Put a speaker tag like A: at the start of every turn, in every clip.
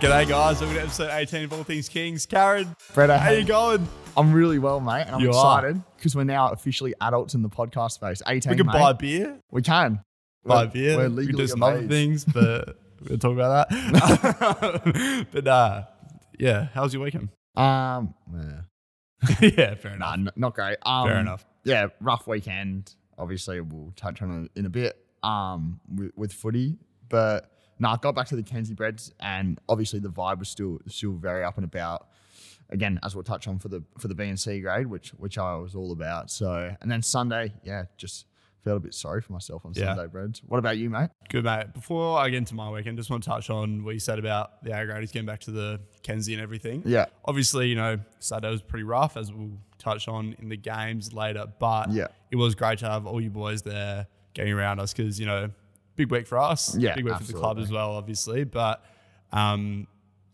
A: G'day, guys. Welcome to episode 18 of All Things Kings. Karen,
B: Fred,
A: how you going?
B: I'm really well, mate. And I'm
A: You are.
B: excited because we're now officially adults in the podcast space. 18,
A: We can
B: mate.
A: buy a beer.
B: We can.
A: Buy
B: We're-
A: a beer.
B: We're
A: we
B: legally
A: can do some other
B: amazed.
A: things, but we'll talk about that. but uh, yeah, how's your weekend?
B: Um, yeah.
A: yeah, fair
B: nah,
A: enough.
B: n- not great. Um,
A: Fair enough.
B: Yeah, rough weekend. Obviously, we'll touch on it in a bit um, with, with footy. But no, nah, I got back to the Kenzie Breads and obviously the vibe was still still very up and about. Again, as we'll touch on for the for the B and C grade, which which I was all about. So and then Sunday, yeah, just felt a bit sorry for myself on
A: Yeah.
B: Sunday breads. What about you, mate?
A: Good, mate. Before I get into my weekend, just want to touch on what you said about the A graders getting back to the Kenzie and everything.
B: Yeah.
A: Obviously, you know, Saturday was pretty rough, as we'll touch on in the games later, but
B: Yeah.
A: it was great to have all you boys there getting around us because, you know, big week for us,
B: Yeah,
A: big week for the club as well, obviously. But, um,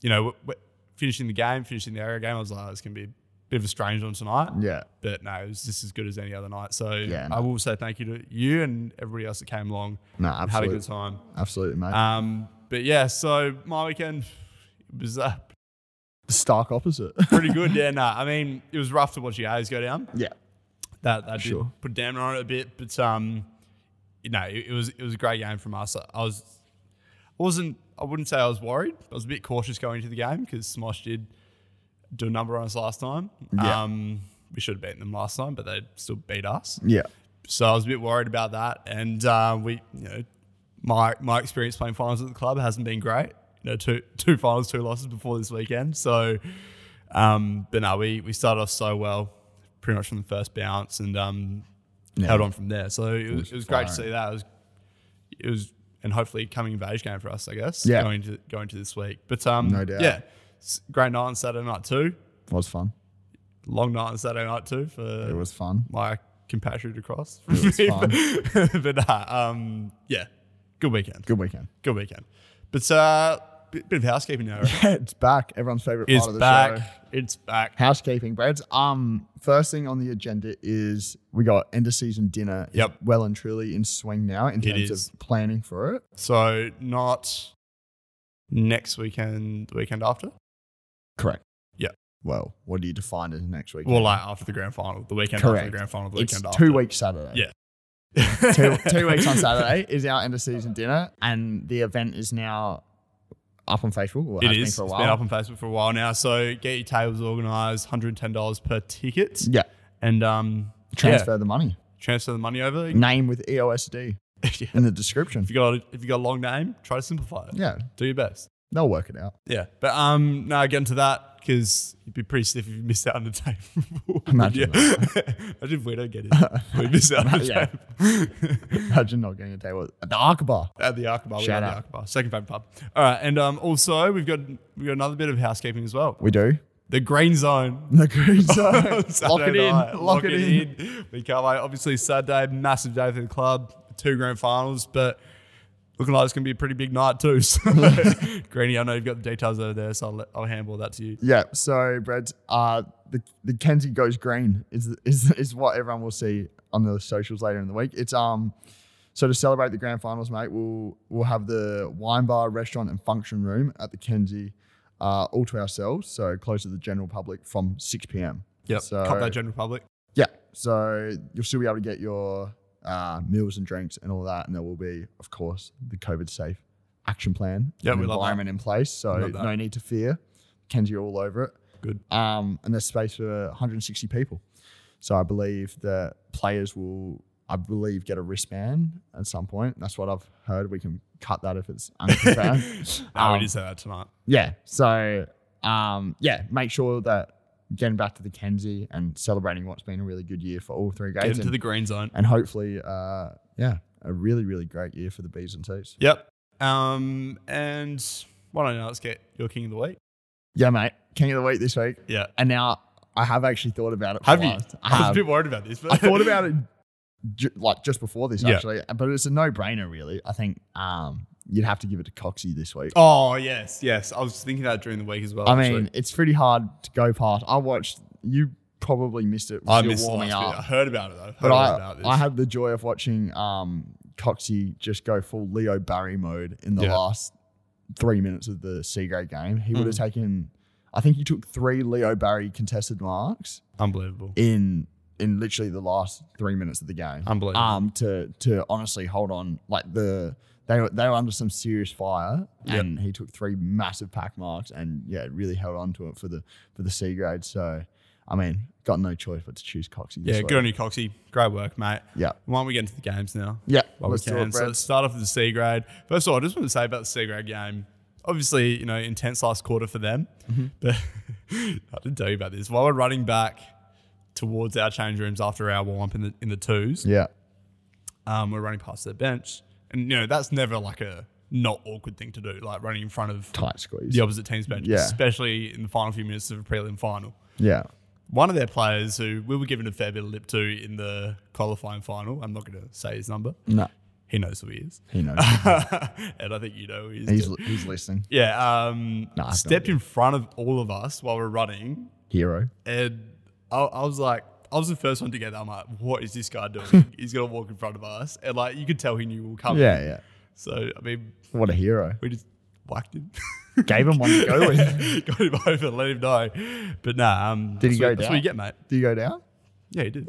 A: you know, w- w- finishing the game, finishing the Arrow game, I was like, it's going to be a bit of a strange one tonight.
B: Yeah.
A: But no, it was just as good as any other night. So
B: Yeah,
A: I
B: no.
A: will say thank you to you and everybody else that came along.
B: No,
A: and had a
B: absolutely.
A: good time.
B: Absolutely, mate.
A: Um, but yeah, so my weekend was uh,
B: the stark opposite.
A: pretty good. yeah, nah. I mean, it was rough to watch your A's go down.
B: yeah.
A: That that did
B: Sure.
A: put a damper on it a bit, but um, you know, it, it was it was a great game from us. I was, I wasn't, I wouldn't say I was worried. I was a bit cautious going into the game because Smosh did do a number on us last time.
B: Yeah.
A: Um, we should have beaten them last time, but they still beat us.
B: Yeah.
A: So I was a bit worried about that. And uh, we, you know, my my experience playing finals at the club hasn't been great. You know, two two finals, two losses before this weekend. So, um, but no, we we started off so well, pretty much from the first bounce, and um,
B: Yeah.
A: held on from there. So it was,
B: was
A: it was great to
B: fine.
A: see that. It was it was and hopefully coming of age game for us, I guess.
B: Yeah.
A: Going to going to this week, but um,
B: No doubt.
A: Yeah, S- great night on Saturday night too.
B: Was fun.
A: Long night on Saturday night too for
B: It was fun.
A: my compatriot across.
B: was
A: but nah, um, yeah, good weekend. Good,
B: Good weekend.
A: weekend. But uh, bit, bit of housekeeping now. Right?
B: it's back. Everyone's favorite
A: It's
B: part of the
A: back.
B: show.
A: It's back.
B: Housekeeping, Breads. Um, first thing on the agenda is we got end of season dinner. is
A: Yep.
B: Well and truly in swing now in
A: It
B: terms
A: is.
B: of planning for it.
A: So not next weekend, the weekend after.
B: Correct.
A: Yeah.
B: Well, what do you define as next week?
A: Well, like after the grand final, the weekend after
B: Correct.
A: the grand final, the
B: it's
A: weekend after.
B: two weeks Saturday.
A: Yeah.
B: two, two weeks on Saturday is our end of season dinner, and the event is now up on Facebook. Or
A: It
B: has been
A: is.
B: for a
A: It's
B: while.
A: been up on Facebook for a while now. So get your tables organised. Hundred ten dollars per ticket,
B: yeah.
A: and um,
B: Transfer
A: yeah,
B: the money.
A: transfer the money over.
B: Name with E EOSD
A: Yeah.
B: in the description.
A: If you got if you got a long name, try to simplify it.
B: Yeah,
A: Do your best.
B: they'll work it out.
A: Yeah. But um no, get into that because you'd be pretty stiff if you missed out on the table.
B: Imagine
A: yeah. Imagine if we don't get it. we miss out on the
B: Yeah.
A: table.
B: Imagine not getting a table at the Arkabar.
A: At the Arkabar, we got
B: Shout out.
A: the Arkabar. Second favorite pub. All right. And um also we've got we've got another bit of housekeeping as well.
B: We do.
A: The green zone.
B: The green zone.
A: Saturday
B: Lock it in.
A: night.
B: Lock, it, in.
A: We can't wait. Obviously Saturday, massive day for the club, two grand finals, but looking like it's gonna be a pretty big night too. So Greeny, I know you've got the details over there, so I'll, let, I'll handball that to you.
B: Yeah. So, Brad, uh, the the Kenzie goes green is is is what everyone will see on the socials later in the week. It's um. So to celebrate the grand finals, mate, we'll we'll have the wine bar, restaurant, and function room at the Kenzie, uh, all to ourselves. So close to the general public from six p.m.
A: Yep.
B: So-
A: Cop that general public.
B: Yeah. So you'll still be able to get your uh, meals and drinks and all that. And there will be, of course, the COVID safe action plan.
A: Yeah,
B: and
A: we love that.
B: environment in place. So
A: Love that.
B: no need to fear. Kenzie all over it.
A: Good.
B: Um, and there's space for 160 people. So I believe that players will, I believe, get a wristband at some point. That's what I've heard. We can cut that if it's unconfirmed.
A: Oh, we
B: Um,
A: did say that tonight.
B: yeah. So, um, yeah, make sure that getting back to the Kenzie and celebrating what's been a really good year for all three
A: Get
B: grades,
A: into
B: and,
A: the green zone.
B: and hopefully, uh, yeah, a really, really great year for the B's and T's.
A: Yep. Um, and why don't you let's get your king of the week?
B: Yeah, mate, King of the Week this week,
A: Yeah.
B: and now I have actually thought about it. for
A: Have you?
B: last. I
A: I was a
B: have. Um,
A: bit worried about this, but
B: I thought about it ju- like just before this
A: Yeah.
B: actually, but it's a no-brainer, really. I think um, you'd have to give it to Coxie this week.
A: Oh yes, yes. I was thinking that during the week as well.
B: I mean,
A: actually.
B: it's pretty hard to go past. I watched you. Probably missed it.
A: I
B: you're
A: missed the
B: warming
A: last
B: up.
A: bit. I heard about it though. I heard
B: But I,
A: about this.
B: I had the joy of watching um, Coxie just go full Leo Barry mode in the
A: Yeah.
B: last three minutes of the C grade game, he would have
A: Hmm.
B: taken. I think he took three Leo Barry contested marks
A: Unbelievable.
B: in in literally the last three minutes of the game.
A: Unbelievable.
B: Um, to to honestly hold on, like the they were, they were under some serious fire,
A: Yep.
B: and he took three massive pack marks, and yeah, really held on to it for the for the C grade. So, I mean, got no choice but to choose Coxie. This
A: Yeah,
B: week.
A: good on you, Coxie. Great work, mate.
B: Yeah.
A: Why don't we get into the games now?
B: Yeah,
A: While
B: let's
A: we
B: do it,
A: can. so
B: Brad.
A: let's start off with the C grade. First of all, I just want to say about the C grade game. Obviously, you know, intense last quarter for them.
B: Mm-hmm.
A: But I didn't tell you about this. While we're running back towards our change rooms after our warm up in the in the twos,
B: Yeah,
A: um, we're running past their bench. And you know, that's never like a not awkward thing to do, like running in front of
B: tight squeeze.
A: the opposite team's bench,
B: Yeah.
A: especially in the final few minutes of a prelim final
B: Yeah,
A: one of their players who we were given a fair bit of lip to in the qualifying final. I'm not going to say his number.
B: no,
A: He knows who he is.
B: he knows.
A: and I think you know who he is.
B: he's
A: too.
B: he's listening.
A: yeah. Um,
B: Nah, I've no
A: stepped
B: idea.
A: in front of all of us while we're running.
B: Hero.
A: And I, I was like, I was the first one to get that. I'm like, what is this guy doing? he's going to walk in front of us. And like, you could tell he knew we were coming.
B: Yeah, yeah.
A: So, I mean,
B: What a hero.
A: we just whacked him.
B: Gave him one to go with.
A: Got him over, let him know. But nah, um,
B: Did he
A: that's
B: go
A: what- That's what
B: down?
A: you get, mate.
B: Do you go down?
A: Yeah, he did.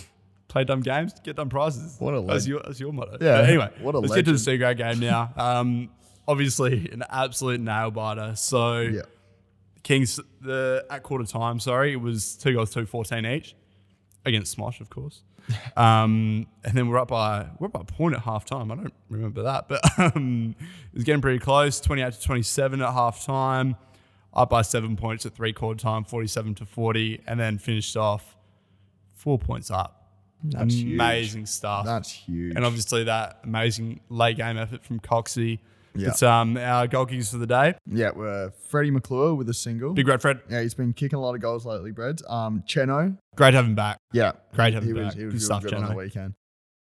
A: Play dumb games, get dumb prizes.
B: What a
A: that's
B: leg-
A: your that's your motto.
B: Yeah,
A: But anyway,
B: what a
A: let's get to the
B: legend.
A: C grade game now. Um, obviously an absolute nail biter. So
B: Yeah.
A: Kings the at quarter time. Sorry, it was two goals, two fourteen each against Smosh, of course. Um, and then we're up by we're up by a point at half time. I don't remember that, but um, it was getting pretty close. Twenty eight to twenty seven at half time. Up by seven points at three quarter time, forty seven to forty, and then finished off four points up.
B: That's huge.
A: amazing stuff.
B: That's huge.
A: And obviously that amazing late game effort from Coxie.
B: Yeah.
A: It's um, our goal kickers for the day.
B: yeah, we're Freddie McClure with a single.
A: Big Red Fred,
B: Yeah, he's been kicking a lot of goals lately, Brad. Um, Cheno.
A: great having back.
B: Yeah.
A: Great having
B: He was,
A: back.
B: he
A: Good
B: was real
A: stuff,
B: good on the
A: Cheno.
B: weekend.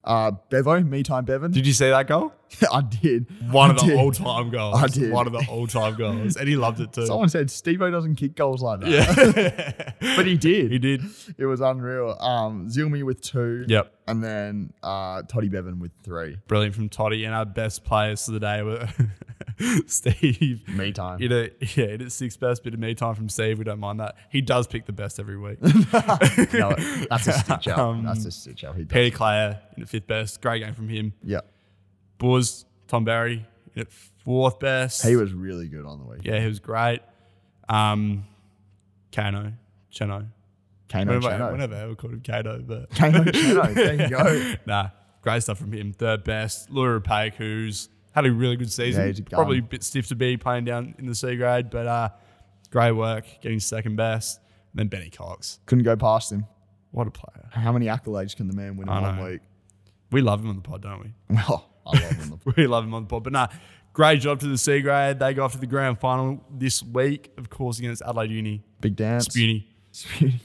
B: Uh, Bevo, me time Bevan.
A: Did you see that goal?
B: I did.
A: One
B: I
A: of the
B: did.
A: all time goals.
B: I did.
A: One of the all time goals. And he loved it too.
B: Someone said Steve doesn't kick goals like that.
A: yeah.
B: But he did.
A: he did.
B: It was unreal. Um, Zilmi with two.
A: Yep.
B: And then uh, Toddy Bevan with three.
A: Brilliant from Toddy. And our best players of the day were Steve.
B: Me time.
A: You know, yeah, it is sixth best bit of me time from Steve. We don't mind that. He does pick the best every week.
B: no, that's a stitch up.
A: Um,
B: that's a stitch up. He does.
A: Petty Clare in the fifth best. Great game from him.
B: Yeah.
A: Boers, Tom Barry in at fourth best.
B: He was really good on the weekend.
A: yeah, he was great. Um, Kano, Cheno.
B: Kano
A: Whenever,
B: Cheno.
A: whenever I ever called him Kano, but
B: Kano Cheno. There you go.
A: nah, great stuff from him. Third best, Lure Paik, who's had a really good
B: Yeah,
A: season.
B: he's a gun.
A: Probably a bit stiff to be playing down in the C grade, but uh, great work getting second best. And then Benny Cox,
B: Couldn't go past him.
A: what a player.
B: How many accolades can the man win in
A: I
B: one
A: know.
B: week?
A: We love him on the pod, don't we?
B: Well, I love him.
A: We love him on the pod. But nah, great job to the C grade. They go off to the grand final this week, of course, against Adelaide Uni.
B: Big dance.
A: Spuni.
B: Spewing.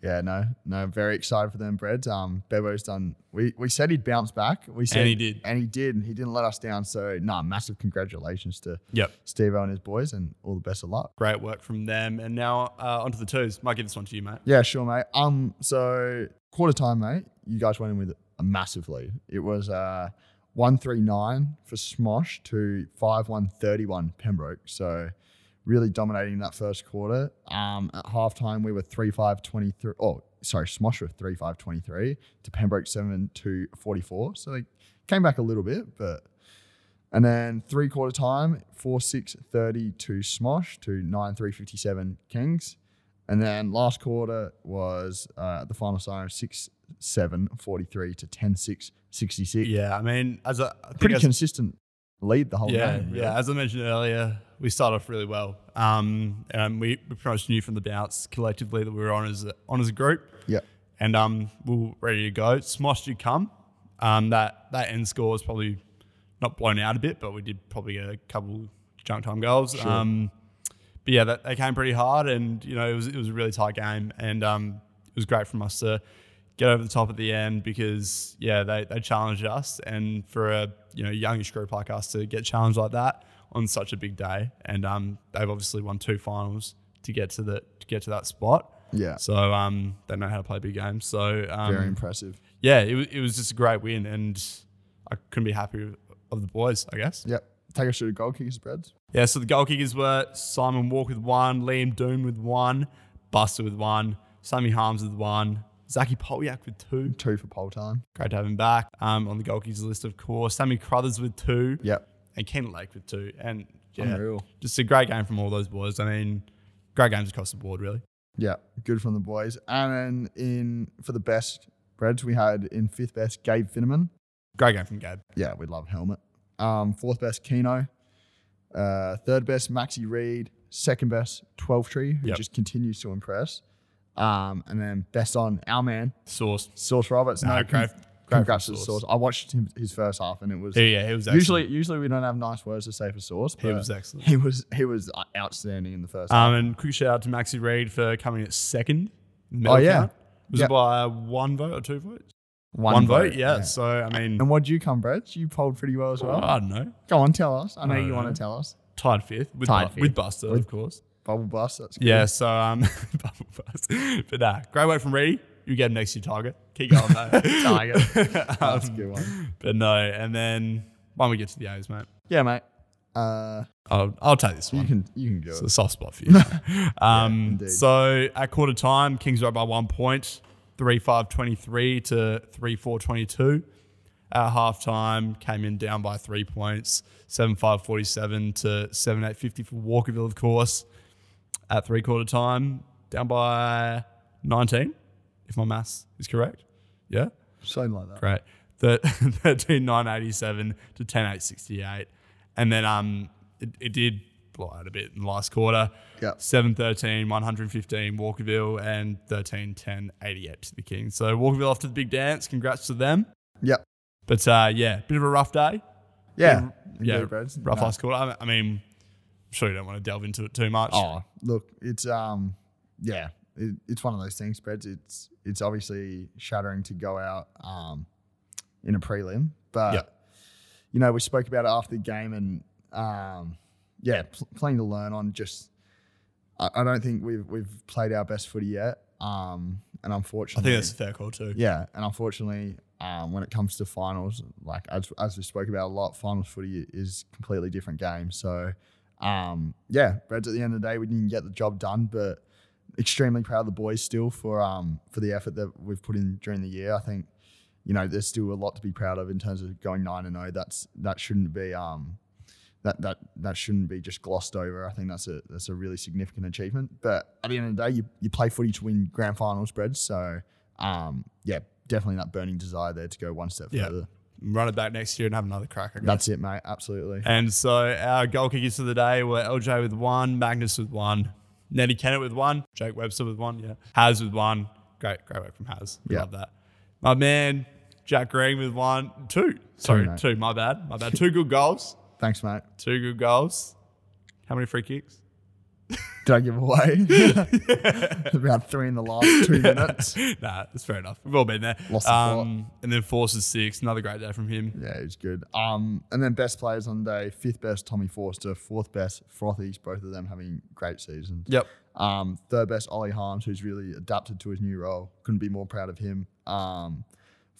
B: yeah, no, no. Very excited for them, Brad. Um, Bebo's done. We we said he'd bounce back. We said
A: he did.
B: and he did. He didn't let us down. So, nah, massive congratulations to
A: Yep.
B: Steve and his boys, and all the best of luck.
A: Great work from them. And now uh, onto the twos. Might give this one to you, mate.
B: Yeah, sure, mate. Um, so quarter time, mate. You guys went in with a massive lead. It was uh one three nine for Smosh to five one thirty one Pembroke. So really dominating that first quarter. Um, at halftime we were three five twenty three. Oh, sorry, Smosh were three five twenty three to Pembroke seven to forty four. So they came back a little bit, but and then three quarter time, 4 6 30 to Smosh to 9 3 57 Kings. And then last quarter was uh, the final siren 6 7 43 to 10 6 66.
A: Yeah, I mean, as a, I think
B: Pretty
A: as-
B: consistent lead the whole
A: yeah,
B: game. really.
A: yeah. As I mentioned earlier, we started off really well, um, and we, we pretty much knew from the bounce collectively that we were on as a, on as a group,
B: Yeah.
A: and um, we were ready to go. Smosh did come. Um, that that end score was probably not blown out a bit, but we did probably get a couple junk time goals. Um, but yeah, that, they came pretty hard, and you know it was it was a really tight game, and um, it was great from us to get over the top at the end because yeah, they they challenged us, and for a you know youngish group like us to get challenged like that on such a big day, and um, they've obviously won two finals to get to the to get to that spot.
B: Yeah.
A: So um, they know how to play big games. So um,
B: Very impressive.
A: yeah, it, wa- it was just a great win, and I couldn't be happier of the boys. I guess.
B: Yep. Take us through the goal kickers breads.
A: Yeah, so the goal kickers were Simon Walk with one, Liam Doon with one, Buster with one, Sammy Harms with one, Zaki Polyak with two.
B: Two for pole time.
A: Great to have him back um, on the goal kickers list, of course. Sammy Crothers with two,
B: Yep.
A: and Ken Lake with two. And yeah,
B: Unreal.
A: just a great game from all those boys. I mean, great games across the board, really.
B: Yeah, good from the boys. And then in for the best breads, we had in fifth best Gabe Finneman.
A: Great game from Gabe.
B: Yeah, we love helmet. Um, fourth best Keno. Uh, third best Maxi Reed. Second best Twelve Tree, who
A: Yep.
B: just continues to impress. Um, and then best on our man
A: Source.
B: Source Roberts.
A: No, great- great from
B: congrats to
A: Sauce.
B: Source. I watched him, his first half, and it was
A: Yeah, yeah, he was excellent.
B: usually usually we don't have nice words to say for Source.
A: He
B: but
A: was excellent.
B: He was he was uh, outstanding in the first. half.
A: Um, and quick shout out to Maxi Reid for coming at second. in the
B: Oh,
A: medal
B: yeah.
A: count. Was
B: Yeah.
A: it by one vote or two votes? One, vote, yeah. So, I mean,
B: And what'd you come, Brett? You polled pretty well as well.
A: I don't know.
B: Go on, tell us. I know
A: I
B: you
A: don't
B: want
A: know.
B: to tell us.
A: Tied fifth with,
B: Tied
A: Bu-
B: fifth.
A: with Buster, of course.
B: Bubble Bust. That's good.
A: Yeah, so, um, bubble bust. But nah, great work from Reedy. You get him next to your target. Keep going, mate.
B: Tiger. That's a
A: Um,
B: good one.
A: But no, and then when we get to the A's, mate,
B: Yeah, mate. Uh,
A: I'll, I'll take this
B: you
A: one.
B: can you can do
A: It's
B: it.
A: a soft spot for you. um,
B: indeed.
A: so at quarter time, Kings were up by one point, 3 5 23 to 3 4 22. At half time, came in down by three points, 7 5 47 to 7 8 50 for Walkerville, of course. At three quarter time, down by 19, if my maths is correct. Yeah.
B: Something like that.
A: Great. Thir- 13987 to 10868. And then um it, it did blow out a bit in the last quarter.
B: Yep.
A: 713, 115 Walkerville and 1310 88 to the Kings. So Walkerville off to the big dance. Congrats to them.
B: Yep.
A: But uh, yeah, bit of a rough day.
B: Yeah.
A: yeah,
B: Indeed, Brad.
A: rough
B: No.
A: last quarter. I, I mean, I'm sure you don't want to delve into it too much.
B: Oh, look, it's um, yeah, it, it's one of those things, Brad. It's it's obviously shattering to go out um, in a prelim, but
A: Yeah.
B: you know we spoke about it after the game, and um, yeah, pl- plenty to learn on. Just I, I don't think we've we've played our best footy yet, um, and
A: I
B: unfortunately,
A: think that's a fair call too.
B: yeah, and unfortunately, um, when it comes to finals, like as, as we spoke about a lot, finals footy is a completely different game. So, um, yeah, Reds at the end of the day, we didn't get the job done, but extremely proud of the boys still for um for the effort that we've put in during the year. I think you know there's still a lot to be proud of in terms of going nine and zero. That's that shouldn't be um that that that shouldn't be just glossed over. I think that's a that's a really significant achievement. But at the end of the day, you, you play footy to win grand finals, Brad. So um, yeah, definitely that burning desire there to go one step
A: Yeah.
B: further.
A: Run it back next year and have another crack. I guess.
B: That's it, mate. Absolutely.
A: And so our goal kickers of the day were LJ with one, Magnus with one, Nettie Kennett with one, Jake Webster with one, yeah, Haz with one. Great, great work from Haz.
B: Yeah.
A: Love that. My man, Jack Green with one, two. Sorry,
B: mate.
A: two. My bad. My bad. Two good goals.
B: Thanks, mate.
A: Two good goals. How many free kicks?
B: Did I give away? About three in the last two minutes.
A: nah, that's fair enough. We've all been there.
B: Lost the
A: um, and then Forces six. Another great day from him.
B: Yeah, it was good. Um, and then best players on the day, fifth best Tommy Forster, fourth best Frothies, both of them having great seasons.
A: Yep.
B: Um, third best Ollie Harms, who's really adapted to his new role. Couldn't be more proud of him. Um,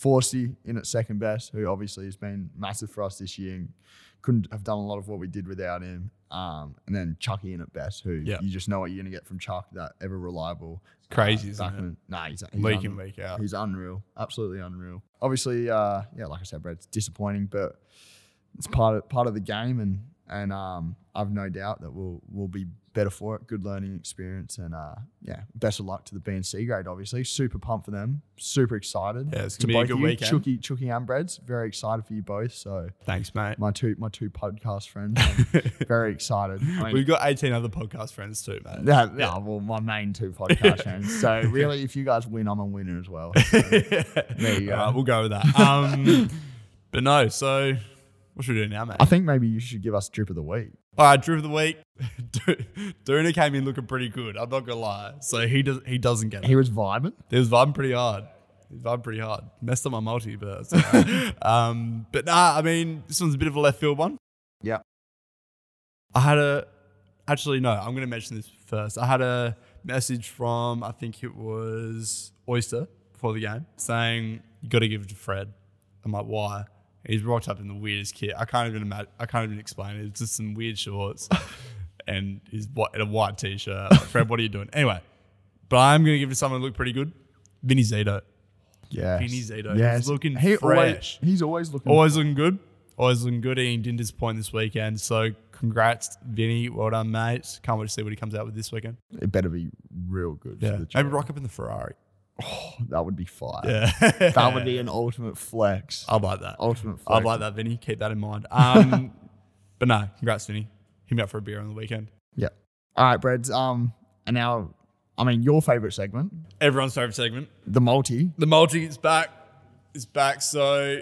B: Forsey in at second best, who obviously has been massive for us this year and couldn't have done a lot of what we did without him. Um, and then Chucky in at best, who
A: Yeah.
B: you just know what you're going to get from Chuck, that ever reliable.
A: Crazy, isn't
B: back
A: it?
B: in- Nah, he's, he's
A: Week in,
B: un-
A: week out.
B: He's unreal, absolutely unreal. Obviously, uh, yeah, like I said, Brad, it's disappointing, but it's part of part of the game, and and um, I've no doubt that we'll we'll be better for it. Good learning experience, and uh, yeah, best of luck to the B and C grade. Obviously, super pumped for them, super excited.
A: Yeah, it's
B: to
A: gonna be a
B: both
A: good
B: you,
A: weekend.
B: Chooky, Chooky and Breads, very excited for you both. So
A: Thanks, mate.
B: my two my two podcast friends, I'm very excited. I mean,
A: We've got 18 other podcast friends too, mate.
B: yeah, yeah, well, my main two podcast friends. So really, if you guys win, I'm a winner as well.
A: there
B: you go.
A: we'll go with that. Um, but no, so what should we do now, mate?
B: I think maybe you should give us drip of the week.
A: All right, Drew of the week. Du- Duna came in looking pretty good. I'm not gonna lie. So he does. He doesn't get it.
B: He was vibing.
A: He was vibing pretty hard. He was vibing pretty hard. Messed up my multi, but that's all right. um, but nah, I mean, this one's a bit of a left field one.
B: Yeah.
A: I had a. Actually, no. I'm gonna mention this first. I had a message from I think it was Oyster before the game saying you got to give it to Fred. I'm like, why? He's rocked up in the weirdest kit. I can't even imagine. I can't even explain it. It's just some weird shorts, and he's whi- in a white t-shirt. Like, Fred, what are you doing? Anyway, but I'm gonna give it someone who looked pretty good. Vinny Zito,
B: Yeah.
A: Vinny Zito, he's looking fresh.
B: Always, he's always looking.
A: always looking good. Always looking good. He didn't disappoint this weekend. So congrats, Vinny. Well done, mate. Can't wait to see what he comes out with this weekend.
B: It better be real good. For the
A: maybe
B: Giants.
A: rock up in the Ferrari.
B: that would be fire.
A: Yeah,
B: That would be an ultimate flex.
A: I'd like that.
B: ultimate flex.
A: I'd like that, Vinny. Keep that in mind. Um, but no, congrats, Vinny. Hit me up for a beer on the weekend.
B: Yeah. All right, Breds. Um, and now, I mean, your favorite segment,
A: Everyone's favorite segment.
B: the multi.
A: The multi is back. It's back. So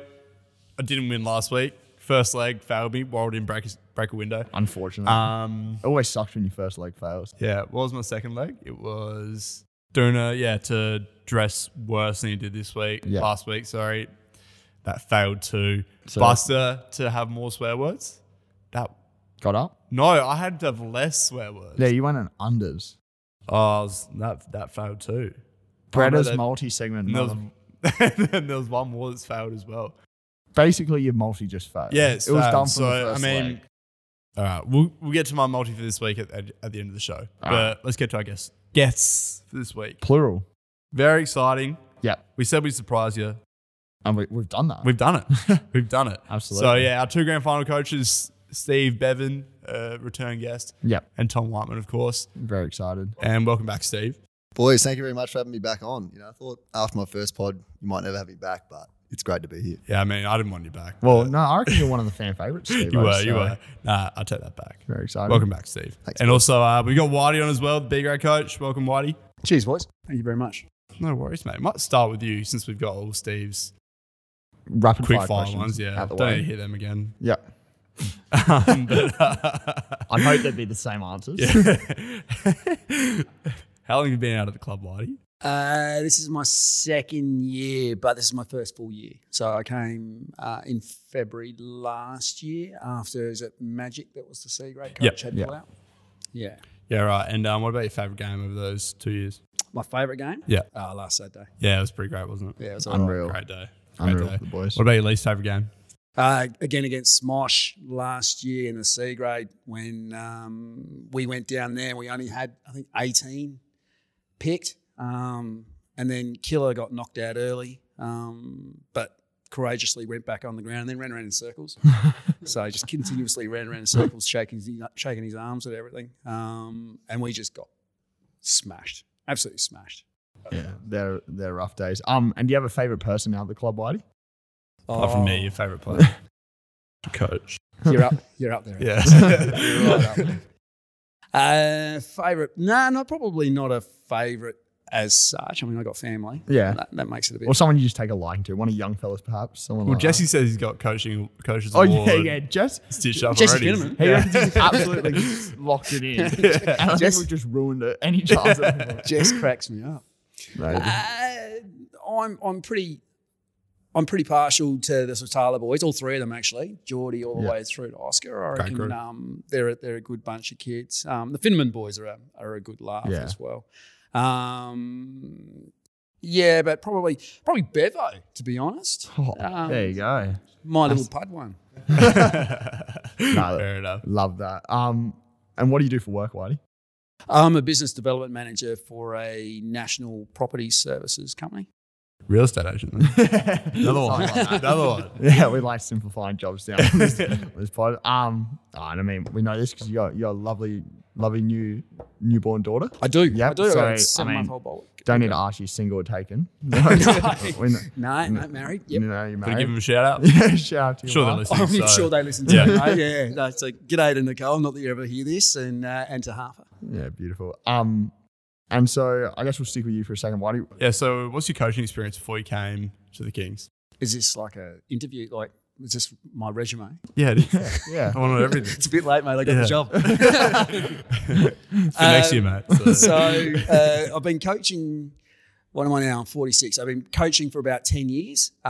A: I didn't win last week. First leg failed me. Warrell didn't break, his, break a window.
B: Unfortunately,
A: Um,
B: it always sucks when your first leg fails.
A: yeah, what was my second leg? It was Duna, yeah, to dress worse than he did this week,
B: Yeah.
A: last week, sorry. That failed too.
B: So-
A: Buster to have more swear words. That
B: Got up.
A: No, I had to have less swear words.
B: Yeah, you went an unders.
A: Oh, I was, that, that failed too.
B: Brett's
A: that-
B: multi segment.
A: And there
B: mother-
A: was, and there was one more that's failed as well.
B: Basically, your multi just failed.
A: Yeah,
B: it was done from
A: so,
B: the first
A: I mean,
B: leg.
A: all right, we'll, we'll get to my multi for this week at, at, at the end of the show.
B: All
A: but let's get to our guess. Guess for this week.
B: Plural.
A: Very exciting.
B: Yeah,
A: We said we'd surprise you.
B: and we, we've done that.
A: We've done it. We've done it.
B: Absolutely.
A: So, yeah, our two grand final coaches, Steve Bevan, uh, return guest,
B: yeah,
A: and Tom Whiteman, of course.
B: very excited.
A: And welcome back, Steve.
C: Boys, thank you very much for having me back on. You know, I thought after my first pod, you might never have me back, but it's great to be here.
A: Yeah, I mean, I didn't want you back.
B: Well,
A: but
B: no, I reckon you're one of the fan favorites.
A: you were, you were. Nah, I'll take that back.
B: Very excited.
A: Welcome back, Steve.
C: Thanks,
A: and also, uh, we've got Whitey on as well, the B grade coach. Welcome, Whitey.
C: Cheers, boys.
D: Thank you very much.
A: No worries, mate. Might start with you since we've got all Steve's
B: Rapid
A: quick
B: fire
A: fire
B: questions
A: ones. Yeah,
B: out the
A: don't need
B: way.
A: to hear them again.
B: Yeah,
A: Um, but, uh,
B: I hope there'd be the same answers.
A: yeah. How long have you been out of the club, Whitey?
D: Uh, this is my second year, but this is my first full year. So I came uh, in February last year after is it Magic that was the C grade coach
A: Yep.
D: had
B: Yeah.
D: pulled out. Yeah,
A: Yeah, right. And um, what about your favourite game over those two years?
D: my favourite game.
A: Yeah,
D: Uh, last Saturday.
A: yeah, it was pretty great, wasn't it?
D: Yeah, it was unreal.
B: Unreal.
A: Great day. Great
B: Unreal
A: day.
B: for the boys.
A: What about your least favourite game?
D: Uh, again against Smosh last year in the C grade when um, we went down there, we only had I think 18 picked, um, and then Killer got knocked out early, um, but courageously went back on the ground and then ran around in circles. so he just continuously ran around in circles, shaking his, shaking his arms at everything, um, and we just got smashed, absolutely smashed.
B: Yeah, they're they're rough days. Um, and do you have a favorite person out of the club, Whitey?
D: Oh.
A: Apart from me, your favourite player, coach.
D: you're up, you're up there. eh?
A: Yeah.
D: Uh, favorite? No, nah, not probably not a favorite as such. I mean, I got family.
B: Yeah.
D: That, that makes it a bit.
B: Or someone you just take a liking to, one of the young fellas perhaps. Someone
A: well,
B: like
A: Jesse says he's got coaching coaches.
B: That. Oh
A: award
B: yeah, yeah, Jess.
A: Stitched up
D: Jesse
A: already.
D: Finneman.
B: He
A: Yeah.
B: reckons he's absolutely just locked it in. And I
D: Jess-
B: think we've just ruined it. Any chance? of-
D: Jess cracks me up. Uh, I'm I'm pretty. I'm pretty partial to the Sotala boys, all three of them actually, Geordie all the
B: Yeah.
D: way through to Oscar. I
A: Great
D: reckon
A: group.
D: um, they're a, they're a good bunch of kids. Um, the Finman boys are a, are a good laugh
B: Yeah.
D: as well. Um, yeah, but probably probably Bevo to be honest.
B: Oh,
D: Um,
B: there you go.
D: My little pud one.
B: No,
A: Fair enough.
B: Love that. Um, and what do you do for work, Whitey?
D: I'm a business development manager for a national property services company.
A: Real estate agent. then. Another one.
B: Something like that.
A: Another one.
B: Yeah, we like simplifying jobs down on this, on this pod. Um, oh, and I mean, we know this because you got your lovely, lovely new newborn daughter.
D: I do.
B: Yep,
D: I do. I've got
B: so,
D: a
B: I
D: seven month old
B: Don't need to ask you single or taken. no,
D: No, not married. Yep.
B: You know, you're
A: Gotta
B: married.
A: give him a shout out.
B: yeah, shout out to your
A: Sure, they're
B: wife.
A: listening.
D: I'm
A: so-
D: sure they listen to
A: Yeah.
D: yeah. me. mate. Yeah, yeah. No, it's like, g'day to Nicole. Not that you ever hear this, and uh, and to Harper.
B: Yeah, beautiful. Um, and so I guess we'll stick with you for a second. Why do you,
A: Yeah. So, what's your coaching experience before you came to the Kings?
D: Is this like a interview? Like, is this my resume?
A: Yeah, it is.
B: yeah,
A: I want to know everything
D: It's a bit late, mate. I got
A: Yeah.
D: the job.
A: for next
D: Um,
A: year, mate. So,
D: so uh, I've been coaching. What am I now? I'm 46. I've been coaching for about 10 years. Uh,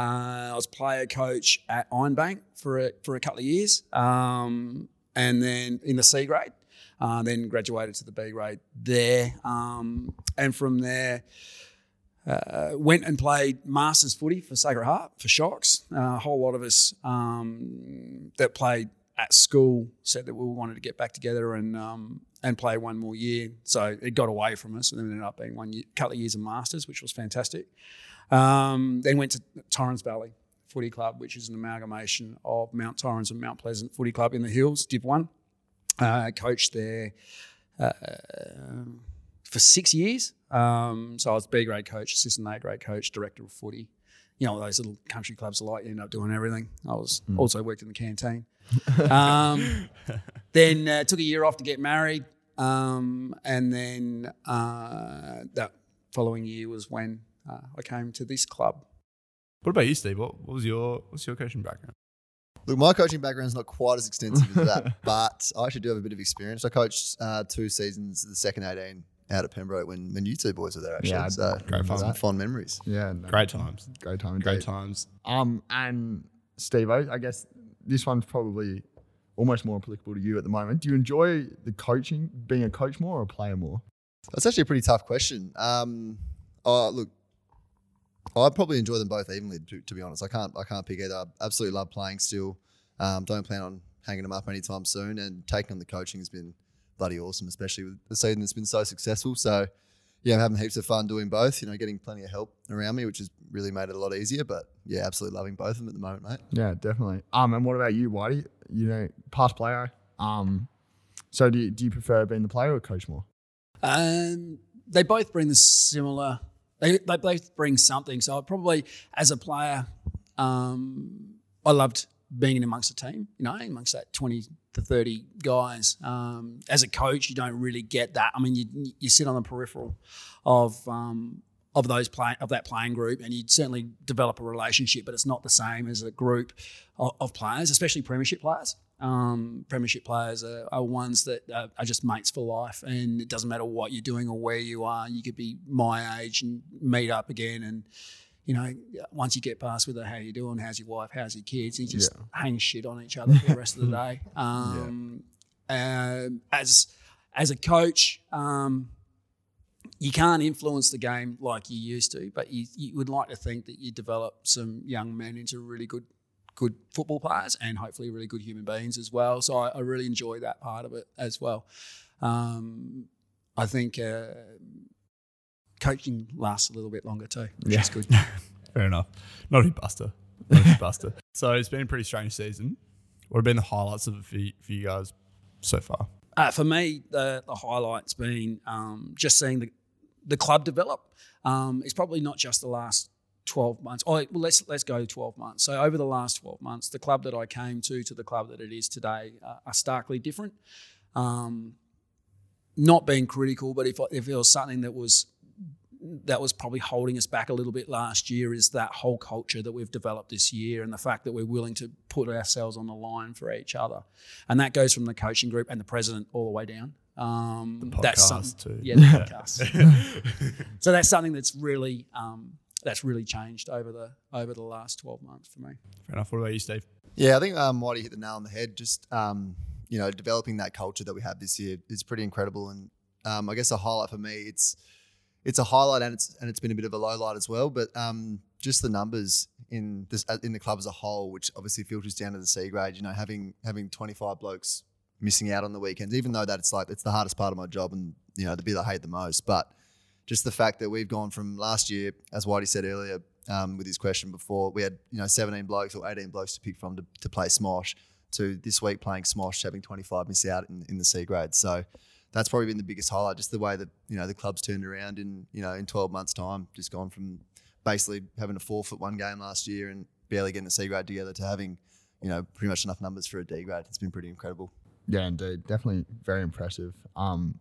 D: I was player coach at Ironbank for a, for a couple of years, um, and then in the C grade, uh, then graduated to the B grade there, um, and from there. uh, went and played masters footy for Sacred Heart for Shocks. Uh, a whole lot of us um, that played at school said that we wanted to get back together and um, and play one more year. So it got away from us, and then ended up being one year, couple of years of masters, which was fantastic. Um, then went to Torrens Valley Footy Club, which is an amalgamation of Mount Torrens and Mount Pleasant Footy Club in the hills, Div One. Uh, coached there uh, for six years. Um, so I was B grade coach, assistant A grade coach, director of footy. You know, those little country clubs alike, you end up doing everything. I was also worked in the canteen. Um, then uh, took a year off to get married. Um, and then uh, that following year was when uh, I came to this club.
A: What about you, Steve? What, what was your what's your coaching background?
C: Look, my coaching background's not quite as extensive as that, but I actually do have a bit of experience. I coached uh, two seasons of the second 18 out at Pembroke when, when you two boys were there, actually.
B: Yeah, I
C: so
A: Great fun.
C: some fond memories.
B: Yeah, no,
A: Great times.
B: great time,
A: Great
B: indeed.
A: times.
B: Um, and Steve, I guess this one's probably almost more applicable to you at the moment. Do you enjoy the coaching, being a coach more or a player more?
C: That's actually a pretty tough question. Um, oh, look, I probably enjoy them both evenly. To, to be honest, I can't I can't pick either. I absolutely love playing still. Um, don't plan on hanging them up anytime soon. And taking on the coaching has been bloody awesome, especially with the season that's been so successful. So yeah, I'm having heaps of fun doing both. You know, getting plenty of help around me, which has really made it a lot easier. But yeah, absolutely loving both of them at the moment, mate.
B: Yeah, definitely. Um, and what about you, Whitey? You know, past player. Um, so do you, do you prefer being the player or coach more?
D: Um, they both bring the similar. They, they both bring something. So I probably, as a player, um, I loved being in amongst a team. You know, amongst that twenty to thirty guys. Um, as a coach, you don't really get that. I mean, you you sit on the peripheral of um, of those play of that playing group, and you certainly develop a relationship, but it's not the same as a group of, of players, especially premiership players. Um, premiership players are, are ones that are, are just mates for life, and it doesn't matter what you're doing or where you are. You could be my age and meet up again, and you know, once you get past with a how you doing, how's your wife, how's your kids, you just hang shit on each other for the rest of the day. Um, um, as as a coach, um, you can't influence the game like you used to, but you, you would like to think that you develop some young men into really good good football players and hopefully really good human beings as well. So I, I really enjoy that part of it as well. Um, I think uh, coaching lasts a little bit longer too, which is good.
A: Fair enough. Not a buster. Not a buster. So it's been a pretty strange season. What have been the highlights of it for you, for you guys so far?
D: Uh, for me, the, the highlight's been um, just seeing the, the club develop. Um, it's probably not just the last 12 months. Oh, well, let's let's go 12 months. So over the last 12 months, the club that I came to to the club that it is today uh, are starkly different. Um, not being critical, but if I- if there was something that was that was probably holding us back a little bit last year is that whole culture that we've developed this year and the fact that we're willing to put ourselves on the line for each other. And that goes from the coaching group and the president all the way down. Um, that's
A: podcast
D: something-
A: too.
D: Yeah, the podcast. so that's something that's really um, that's really changed over the over the last 12 months for me.
A: Fair enough. What about you, Steve?
C: Yeah, I think um, Whitey hit the nail on the head. Just um, you know, developing that culture that we have this year is pretty incredible. And um, I guess a highlight for me, it's it's a highlight and it's and it's been a bit of a low light as well. But um, just the numbers in this uh, in the club as a whole, which obviously filters down to the C grade. You know, having having 25 blokes missing out on the weekends, even though that it's like it's the hardest part of my job and you know the bit I hate the most, but just the fact that we've gone from last year, as Whitey said earlier um, with his question before, we had you know 17 blokes or 18 blokes to pick from to, to play Smosh, to this week playing Smosh, having 25 miss out in, in the C grade. So that's probably been the biggest highlight, just the way that you know the club's turned around in you know in 12 months' time, just gone from basically having to forfeit one game last year and barely getting the C grade together to having you know pretty much enough numbers for a D grade. It's been pretty incredible.
B: Yeah, indeed, definitely very impressive. Um,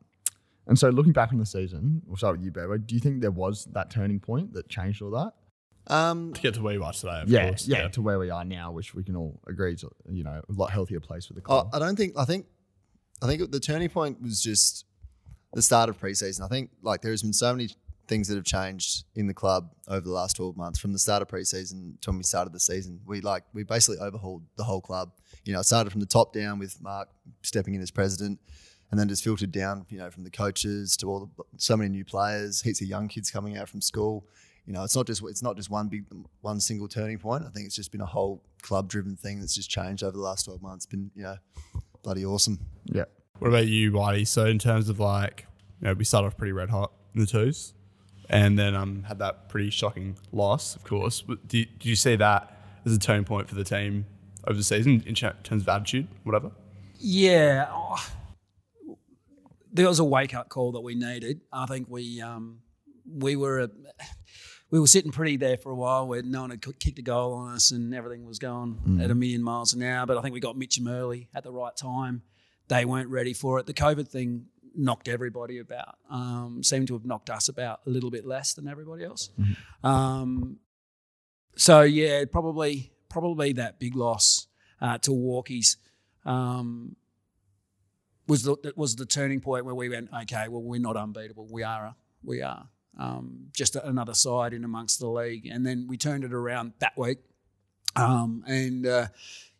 B: and so looking back on the season, we'll start with you, Bearway. Do you think there was that turning point that changed all that?
C: Um,
A: To get to where you are today, of
B: yeah,
A: course.
B: yeah, to where we are now, which we can all agree is you know a lot healthier place for the
C: I
B: club.
C: I don't think. I think. I think the turning point was just the start of preseason. I think like there's been so many things that have changed in the club over the last 12 months from the start of preseason to when we started the season. We like we basically overhauled the whole club. You know, it started from the top down with Mark stepping in as president and then just filtered down, you know, from the coaches to all the so many new players, heaps of young kids coming out from school. you know, it's not just it's not just one big one single turning point. I think it's just been a whole club driven thing that's just changed over the last twelve months. Been you know, bloody awesome.
B: Yeah.
A: What about you, Whitey? So in terms of like, you know, we started off pretty red hot in the twos, and then um had that pretty shocking loss, of course. But do, do you see that as a turning point for the team over the season in cha- terms of attitude, whatever?
D: Yeah. oh. There was a wake up call that we needed. I think we um, we were a, we were sitting pretty there for a while where no one had c- kicked a goal on us and everything was going at a million miles an hour. But I think we got Mitchum early at the right time. They weren't ready for it. The COVID thing knocked everybody about. Um, seemed to have knocked us about a little bit less than everybody else. Um, so yeah, probably probably that big loss uh, to Walkies um, was the that was the turning point where we went, okay, well we're not unbeatable. We are, a- we are um, just a- another side in amongst the league, and then we turned it around that week. Um, and uh,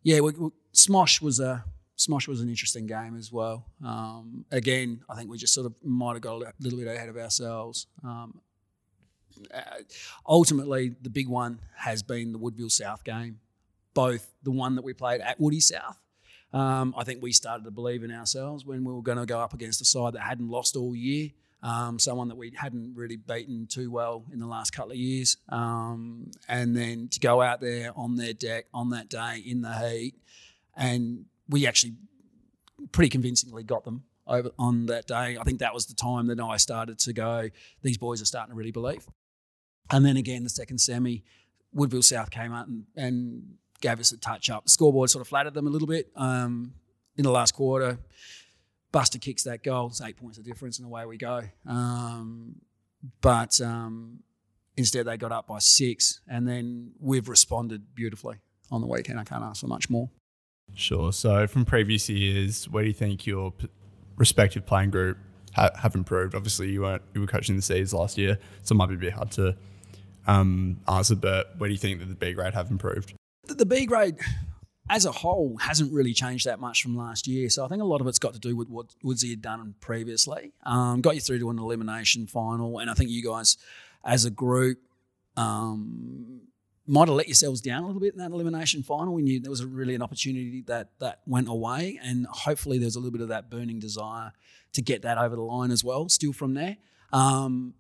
D: yeah, we, we, Smosh was a Smosh was an interesting game as well. Um, again, I think we just sort of might have got a little bit ahead of ourselves. Um, uh, ultimately, the big one has been the Woodville South game, both the one that we played at Woody South. Um, I think we started to believe in ourselves when we were going to go up against a side that hadn't lost all year, um, someone that we hadn't really beaten too well in the last couple of years. Um, and then to go out there on their deck on that day in the heat, and we actually pretty convincingly got them over on that day. I think that was the time that I started to go, these boys are starting to really believe. And then again, the second semi, Woodville South came out and, and gave us a touch up. The scoreboard sort of flattered them a little bit um, in the last quarter. Buster kicks that goal. It's eight points of difference, and away we go. Um, but um, instead, they got up by six, and then we've responded beautifully on the weekend. I can't ask for much more.
A: Sure. So from previous years, where do you think your p- respective playing group ha- have improved? Obviously, you weren't you were coaching the Seas last year, so it might be a bit hard to um, answer. But where do you think that the B grade have improved?
D: the, the B grade as a whole hasn't really changed that much from last year. So I think a lot of it's got to do with what Woodsy had done previously. Um, got you through to an elimination final, and I think you guys, as a group, um, might have let yourselves down a little bit in that elimination final. We knew there was a, really an opportunity that that went away, and hopefully there's a little bit of that burning desire to get that over the line as well. Still from there. Um,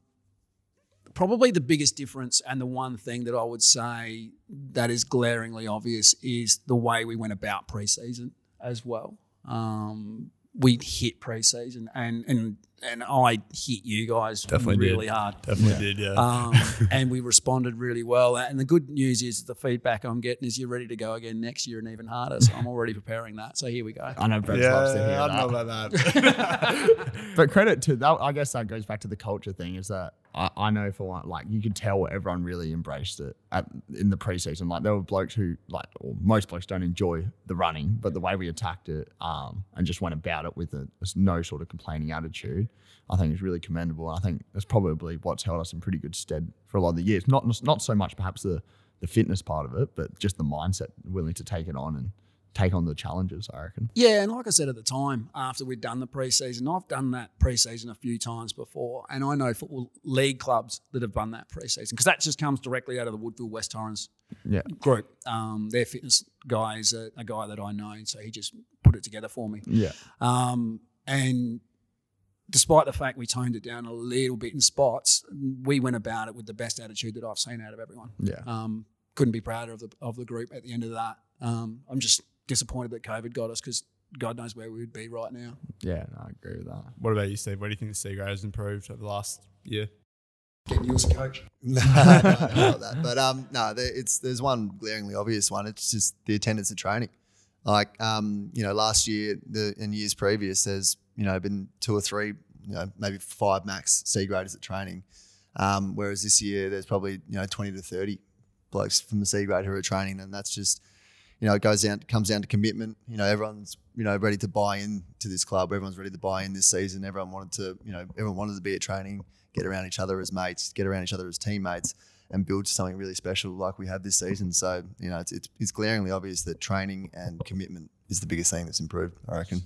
D: probably the biggest difference and the one thing that I would say that is glaringly obvious is the way we went about preseason as well. Um, we hit preseason and and and I hit you guys
A: Definitely did.
D: really hard.
A: Definitely did. Yeah.
B: Ah,
D: Um, and we responded really well. And the good news is the feedback I'm getting is you're ready to go again next year and even harder. So I'm already preparing that. So here we go.
B: I know Brett loves to hear
A: I
B: that.
A: don't know about that.
B: But credit to that, I guess that goes back to the culture thing is that I, I know for one, like you could tell everyone really embraced it at, in the preseason. Like there were blokes who, like, or most blokes don't enjoy the running, but the way we attacked it um, and just went about it with a, s- no sort of complaining attitude, I think is really commendable. I think that's probably what's held us in pretty good stead for a lot of the years. Not not so much perhaps the the fitness part of it, but just the mindset willing to take it on and take on the challenges. I reckon.
D: Yeah, and like I said at the time, after we'd done the preseason, I've done that preseason a few times before, and I know football league clubs that have done that preseason because that just comes directly out of the Woodville West Torrens
B: Yeah.
D: group. Um, their fitness guy is a, a guy that I know, so he just put it together for me.
B: Yeah.
D: Um, and despite the fact we toned it down a little bit in spots, we went about it with the best attitude that I've seen out of everyone.
B: Yeah.
D: Um, couldn't be prouder of the of the group at the end of that. Um, I'm just disappointed that COVID got us because God knows where we would be right now.
B: Yeah. No, I agree with that.
A: what about you, Steve? Where do you think the C grade has improved over the last year?
D: Getting you as a coach.
C: No, I don't know about that. But um, no, there, it's there's one glaringly obvious one. It's just the attendance at training. Like um, you know, last year the in years previous, there's you know been two or three, you know, maybe five max C graders at training. Um, whereas this year there's probably you know twenty to thirty blokes from the C grade who are training, and that's just you know it goes down comes down to commitment. You know, everyone's you know ready to buy in to this club. Everyone's ready to buy in this season. Everyone wanted to you know everyone wanted to be at training, get around each other as mates, get around each other as teammates, and build something really special like we have this season. So you know it's it's, it's glaringly obvious that training and commitment is the biggest thing that's improved. I reckon.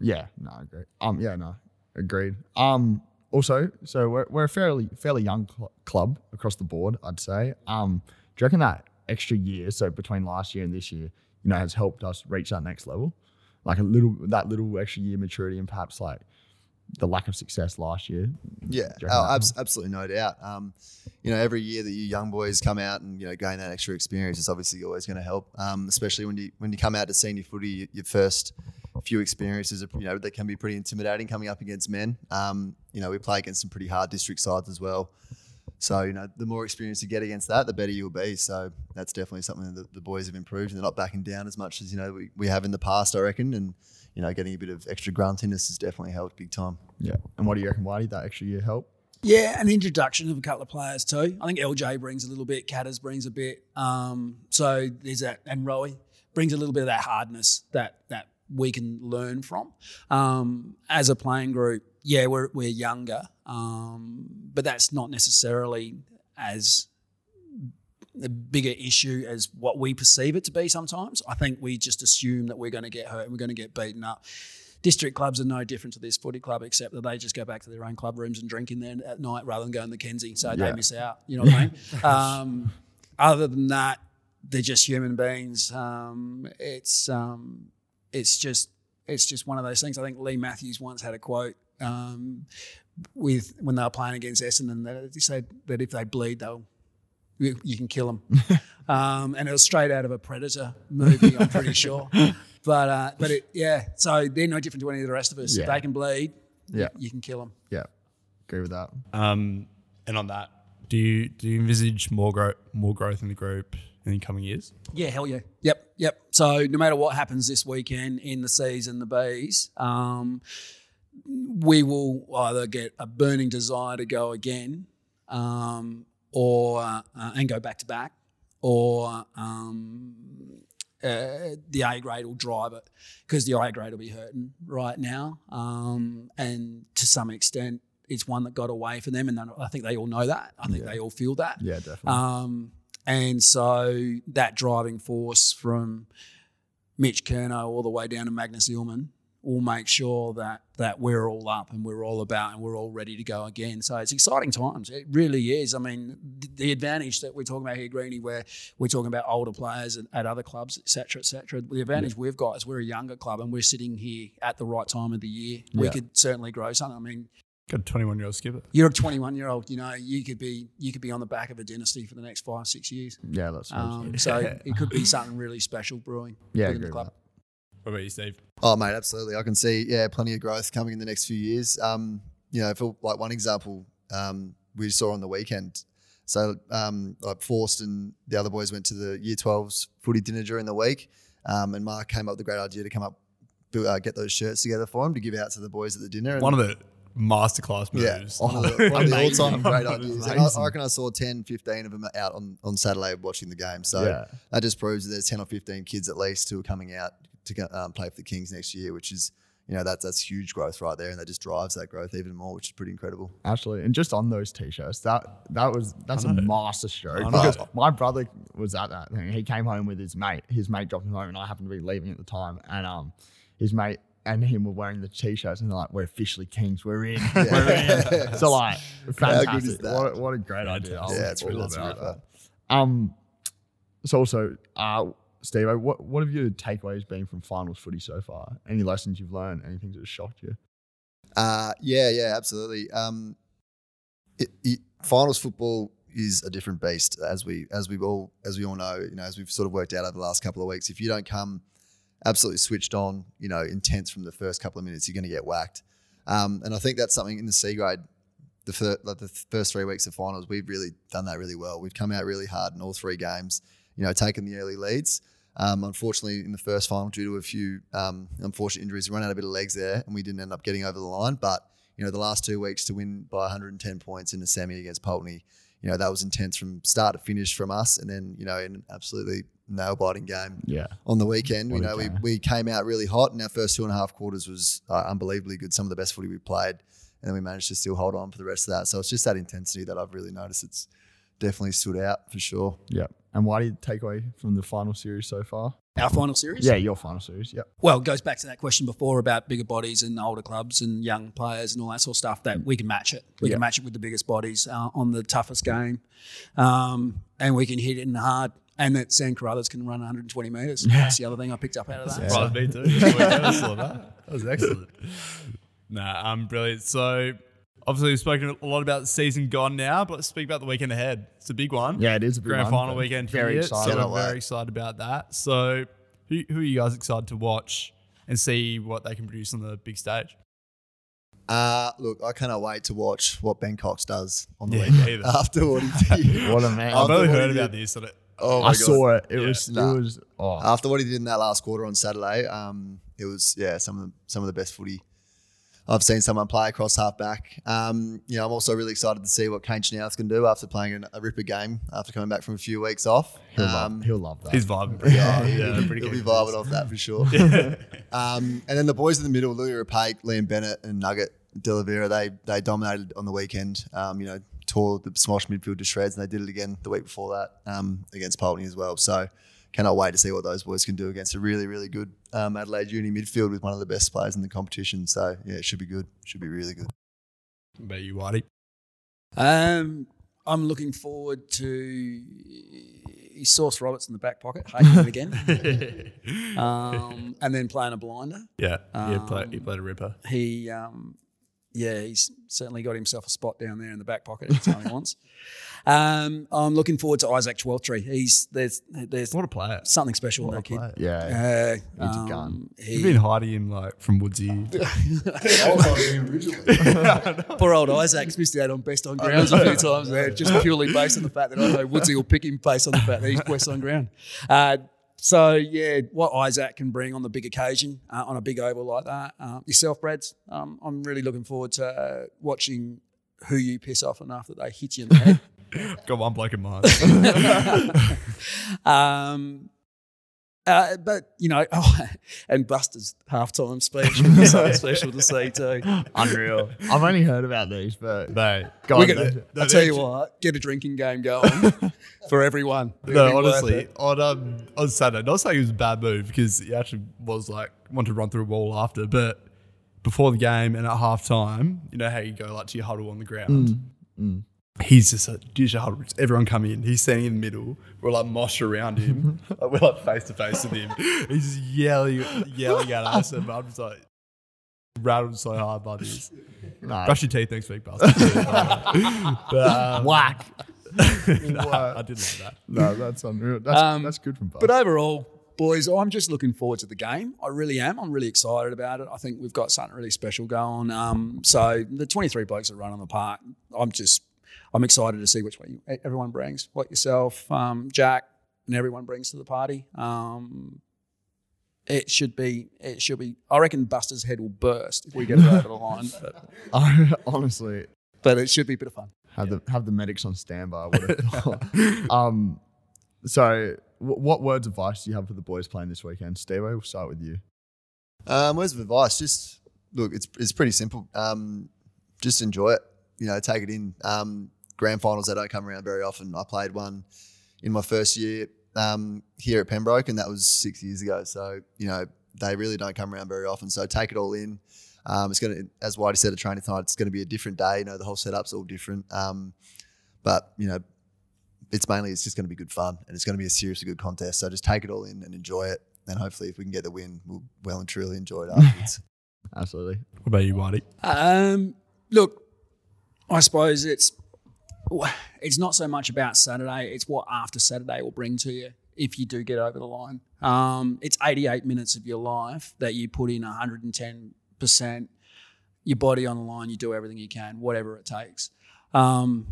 B: Yeah, no, I agree. Um, yeah, no, agreed. Um, also, so we're, we're a fairly fairly young cl- club across the board, I'd say. Um, do you reckon that extra year, so between last year and this year, you know, has helped us reach that next level? Like a little that little extra year maturity and perhaps like the lack of success last year.
C: Yeah,
B: Do you reckon
C: oh,
B: that-
C: abs- absolutely no doubt. Um, you know, every year that you young boys come out and you know gain that extra experience is obviously always going to help. Um, especially when you when you come out to senior footy, y- your first few experiences are you know they can be pretty intimidating coming up against men. Um, you know, we play against some pretty hard district sides as well. So you know, the more experience you get against that, the better you'll be. So that's definitely something that the boys have improved, and they're not backing down as much as you know we, we have in the past, I reckon. And you know, getting a bit of extra gruntiness has definitely helped big time.
B: Yeah. And what do you reckon, Why did that extra year help?
D: Yeah, an introduction of a couple of players too. I think LJ brings a little bit, Catters brings a bit. Um, so there's that, and Rowie brings a little bit of that hardness that that we can learn from. Um, as a playing group, yeah, we're we're younger, um, but that's not necessarily as a bigger issue as what we perceive it to be sometimes. I think we just assume that we're going to get hurt and we're going to get beaten up. District clubs are no different to this footy club, except that they just go back to their own club rooms and drink in there at night rather than going to Kenzie. So they
B: Yeah.
D: miss out. You know what I mean? Um, other than that, they're just human beings. Um, it's um, it's just it's just one of those things. I think Lee Matthews once had a quote um, with when they were playing against Essendon that he said that if they bleed, they'll you, you can kill them. um, and it was straight out of a Predator movie, I'm pretty sure. But uh, but it, yeah, so they're no different to any of the rest of us. If
B: Yeah.
D: they can bleed,
B: Yeah.
D: you can kill them.
B: Yeah. Agree with that.
D: Uh,
A: Um, and on that, do you do you envisage more growth more growth in the group in the coming years?
D: Yeah, hell yeah. Yep, yep. So no matter what happens this weekend in the C's and the B's, um, we will either get a burning desire to go again, um, or uh, and go back to back, or um, uh, the A grade will drive it because the I grade will be hurting right now, um, and to some extent. It's one that got away for them, and then I think they all know that. I think they all feel that.
B: Yeah, definitely.
D: Um, and so that driving force from Mitch Kerno all the way down to Magnus Illman will make sure that that we're all up and we're all about and we're all ready to go again. So it's exciting times. It really is. I mean, th- the advantage that we're talking about here, Greeny, where we're talking about older players at, at other clubs, et cetera, et cetera. The advantage we've got is we're a younger club and we're sitting here at the right time of the year. We
B: Yeah.
D: could certainly grow something. I mean,
A: Got a twenty one year old skipper.
D: you're a 21 year old. You know, you could be you could be on the back of a dynasty for the next five, six years.
B: yeah, that's
D: Um, so it could be something really special brewing
B: yeah,
D: within
B: agree
D: the
B: with
D: club.
B: that.
A: What about you, Steve?
C: Oh, mate, absolutely. I can see, yeah, plenty of growth coming in the next few years. Um, you know, for like one example, um, we saw on the weekend. So, um, like Forst and the other boys went to the Year 12s footy dinner during the week, um, and Mark came up with the great idea to come up, bu- uh, get those shirts together for him to give out to the boys at the dinner. And
A: One of the masterclass
C: yeah,
A: moves.
C: Oh, one of the, one of the
A: Amazing.
C: all-time great ideas. And I,
A: Amazing.
C: I reckon I saw 10, 15 of them out on, on Saturday watching the game. So
B: Yeah.
C: that just proves that there's 10 or 15 kids at least who are coming out to go- um, play for the Kings next year, which is, you know, that's, that's huge growth right there. And that just drives that growth even more, which is pretty incredible.
B: Absolutely, and just on those t-shirts, that that was that's a
A: know.
B: master stroke.
A: I know.
B: Because my brother was at that thing. He came home with his mate. His mate dropped him home, and I happened to be leaving at the time. And um, his mate and him were wearing the t-shirts, and they're like, "We're officially kings. We're in. We're in." So like,
C: is
B: fantastic.
C: that?
B: What, a- what a great idea. I was
C: Yeah, it's
B: all
C: really, that's
B: about
C: really
B: that.
C: fun.
B: Um, so also, uh, Steve, what what have your takeaways been from finals footy so far? Any lessons you've learned? Anything that has shocked you?
C: Uh, yeah, yeah, absolutely. Um, it, it, finals football is a different beast, as we as we all as we all know. You know, as we've sort of worked out over the last couple of weeks, if you don't come absolutely switched on, you know, intense from the first couple of minutes, you're going to get whacked. Um, and I think that's something in the C grade. The, fir- like the first three weeks of finals, we've really done that really well. We've come out really hard in all three games. You know, taken the early leads. Um, unfortunately, in the first final, due to a few um, unfortunate injuries, we ran out a bit of legs there, and we didn't end up getting over the line. But you know, the last two weeks to win by 110 points in a semi against Pulteney, you know, that was intense from start to finish from us, and then you know, in an absolutely nail-biting game
B: Yeah,
C: on the weekend. You
B: What a
C: know, we,
B: game.
C: we came out really hot, and our first two and a half quarters was uh, unbelievably good. Some of the best footy we played, and then we managed to still hold on for the rest of that. So it's just that intensity that I've really noticed. It's definitely stood out for sure.
B: yeah. And what do you take away from the final series so far?
D: Our final series?
B: Yeah, your final series. Yep.
D: Well, it goes back to that question before about bigger bodies and older clubs and young players and all that sort of stuff. That we can match it. We
B: Yeah.
D: can match it with the biggest bodies uh, on the toughest game, um, and we can hit it in hard. And that Sam Carruthers can run 120 meters. That's the other thing I picked up out of that.
A: Surprised me too. I saw that. That was excellent. Nah, um, brilliant. So obviously we've spoken a lot about the season gone now, but let's speak about the weekend ahead. It's a big one.
B: Yeah, it is a big
A: Grand
B: one,
A: final
B: but
A: weekend.
B: very
A: here,
B: excited.
A: So
C: Cannot
A: we're
C: wait.
A: very excited about that. So who, who are you guys excited to watch and see what they can produce on the big stage?
C: Uh, look, I cannot wait to watch what Ben Cox does on the
A: Yeah,
C: weekend
A: either.
C: after what he did.
B: What a man.
A: I've
C: After
A: only
C: what
A: heard
C: he
A: about
C: did-
A: this. That it,
C: Oh my
B: I
C: God.
B: saw it. It
A: Yeah.
B: was.
C: Nah.
B: It was. Oh,
A: Uh,
C: After what he did in that last quarter on Saturday, um, it was yeah some of the, some of the best footy I've seen someone play across half back. Um, you know, I'm also really excited to see what Kane Chenoweth can do after playing an, a ripper game after coming back from a few weeks off.
B: he'll,
C: Um,
B: love, he'll love that.
A: he's vibing pretty
C: yeah,
A: hard.
C: he'll,
A: Yeah,
C: be-
A: pretty
C: he'll be
A: keen for
C: vibing off that for sure.
A: this.
C: Um, and then the boys in the middle, Louis Rapake, Liam Bennett, and Nugget De La Vera, they they dominated on the weekend. Um, you know, tore the Smosh midfield to shreds, and they did it again the week before that um, against Poltony as well. So cannot wait to see what those boys can do against a really really good um, Adelaide Uni midfield with one of the best players in the competition. So yeah, it should be good. Should be really good.
A: What about you, Whitey?
D: Um, I'm looking forward to Source Roberts in the back pocket, hating it again, um, and then playing a blinder.
A: yeah, yeah, play, he
D: Um,
A: played a ripper.
D: He, um, yeah, he's certainly got himself a spot down there in the back pocket anytime he wants. Um, I'm looking forward to Isaac Tweltry. He's there's there's
A: What a player!
D: something special in that kid.
B: yeah.
D: Uh,
B: He's a gun.
A: You've
D: he-
A: been hiding him like from Woodsy.
D: Poor old Isaac's missed out on best on grounds a few times there, just purely based on the fact that I know Woodsy will pick him based on the fact that he's best on ground. Uh, so yeah, what Isaac can bring on the big occasion, uh, on a big oval like that. Uh, yourself, Brad's. Um, I'm really looking forward to uh, watching who you piss off enough that they hit you in the head.
A: Got one bloke in mind.
D: Um, uh, but you know, oh, and Buster's halftime speech was something special to see too.
B: Unreal. I've only heard about these, but
A: no,
B: go
D: We're
B: on.
D: gonna,
B: then.
D: I tell you what, get a drinking game going for everyone. It'll be
A: No,
D: worth
A: honestly,
D: it.
A: on um, on Saturday, not saying it was a bad move because he actually was like wanted to run through a wall after, but before the game and at halftime, you know how you go like to your huddle on the ground.
D: Mm,
A: He's just a dish of huddle. It's Everyone come in. He's standing in the middle. We're like mosh around him. like, we're like face to face with him. He's just yelling, yelling at us, and I'm just like rattled so hard by this.
B: Nah,
A: Brush your teeth next week, Buster. but, um,
B: whack.
A: nah, I didn't like that.
B: No, that's unreal. That's,
D: Um,
B: that's good from Buzz.
A: uh,
D: But overall, boys, I'm just looking forward to the game. I really am. I'm really excited about it. I think we've got something really special going. Um, so the 23 blokes that run on the park, I'm just, I'm excited to see which way you- everyone brings. What yourself, um, Jack, and everyone brings to the party. Um, it should be, it should be. I reckon Buster's head will burst if we get it over the line. But,
B: I honestly
D: but it should be a bit of fun.
B: have the have the medics on standby. I would have thought. um, so w- what words of advice do you have for the boys playing this weekend? Stevie, we'll start with you.
C: Um, words of advice, just look, it's it's pretty simple. Um, just enjoy it. You know, take it in. Um, grand finals that don't come around very often. I played one in my first year um, here at Pembroke, and that was six years ago. So you know, they really don't come around very often. So take it all in. Um, it's gonna, as Whitey said at training tonight, it's gonna be a different day. You know, the whole setup's all different. Um, but you know, it's mainly it's just gonna be good fun, and it's gonna be a seriously good contest. So just take it all in and enjoy it. And hopefully, if we can get the win, we'll well and truly enjoy it afterwards.
B: Absolutely.
A: What about you, Whitey?
D: Um, look, I suppose it's it's not so much about Saturday. It's what after Saturday will bring to you if you do get over the line. Um, it's 88 minutes of your life that you put in 110 percent. Your body on the line. You do everything you can, whatever it takes. Um,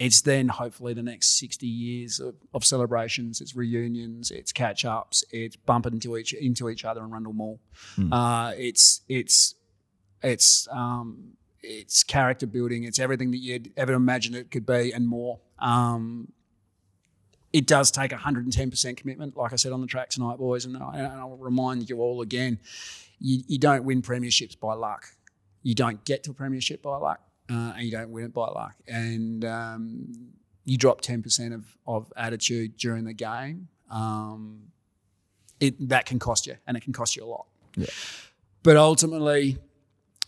D: it's then hopefully the next 60 years of, of celebrations, it's reunions, it's catch ups, it's bumping into each into each other in Rundle Mall. Uh, it's it's it's um, it's character building. It's everything that you'd ever imagine it could be and more. Um, it does take 110% commitment, like I said on the track tonight, boys. And, I, and I'll remind you all again you, you don't win premierships by luck. You don't get to a premiership by luck, uh, and you don't win it by luck. And um, you drop 10% of, of attitude during the game. Um, it, that can cost you, and it can cost you a lot.
B: Yeah.
D: But ultimately,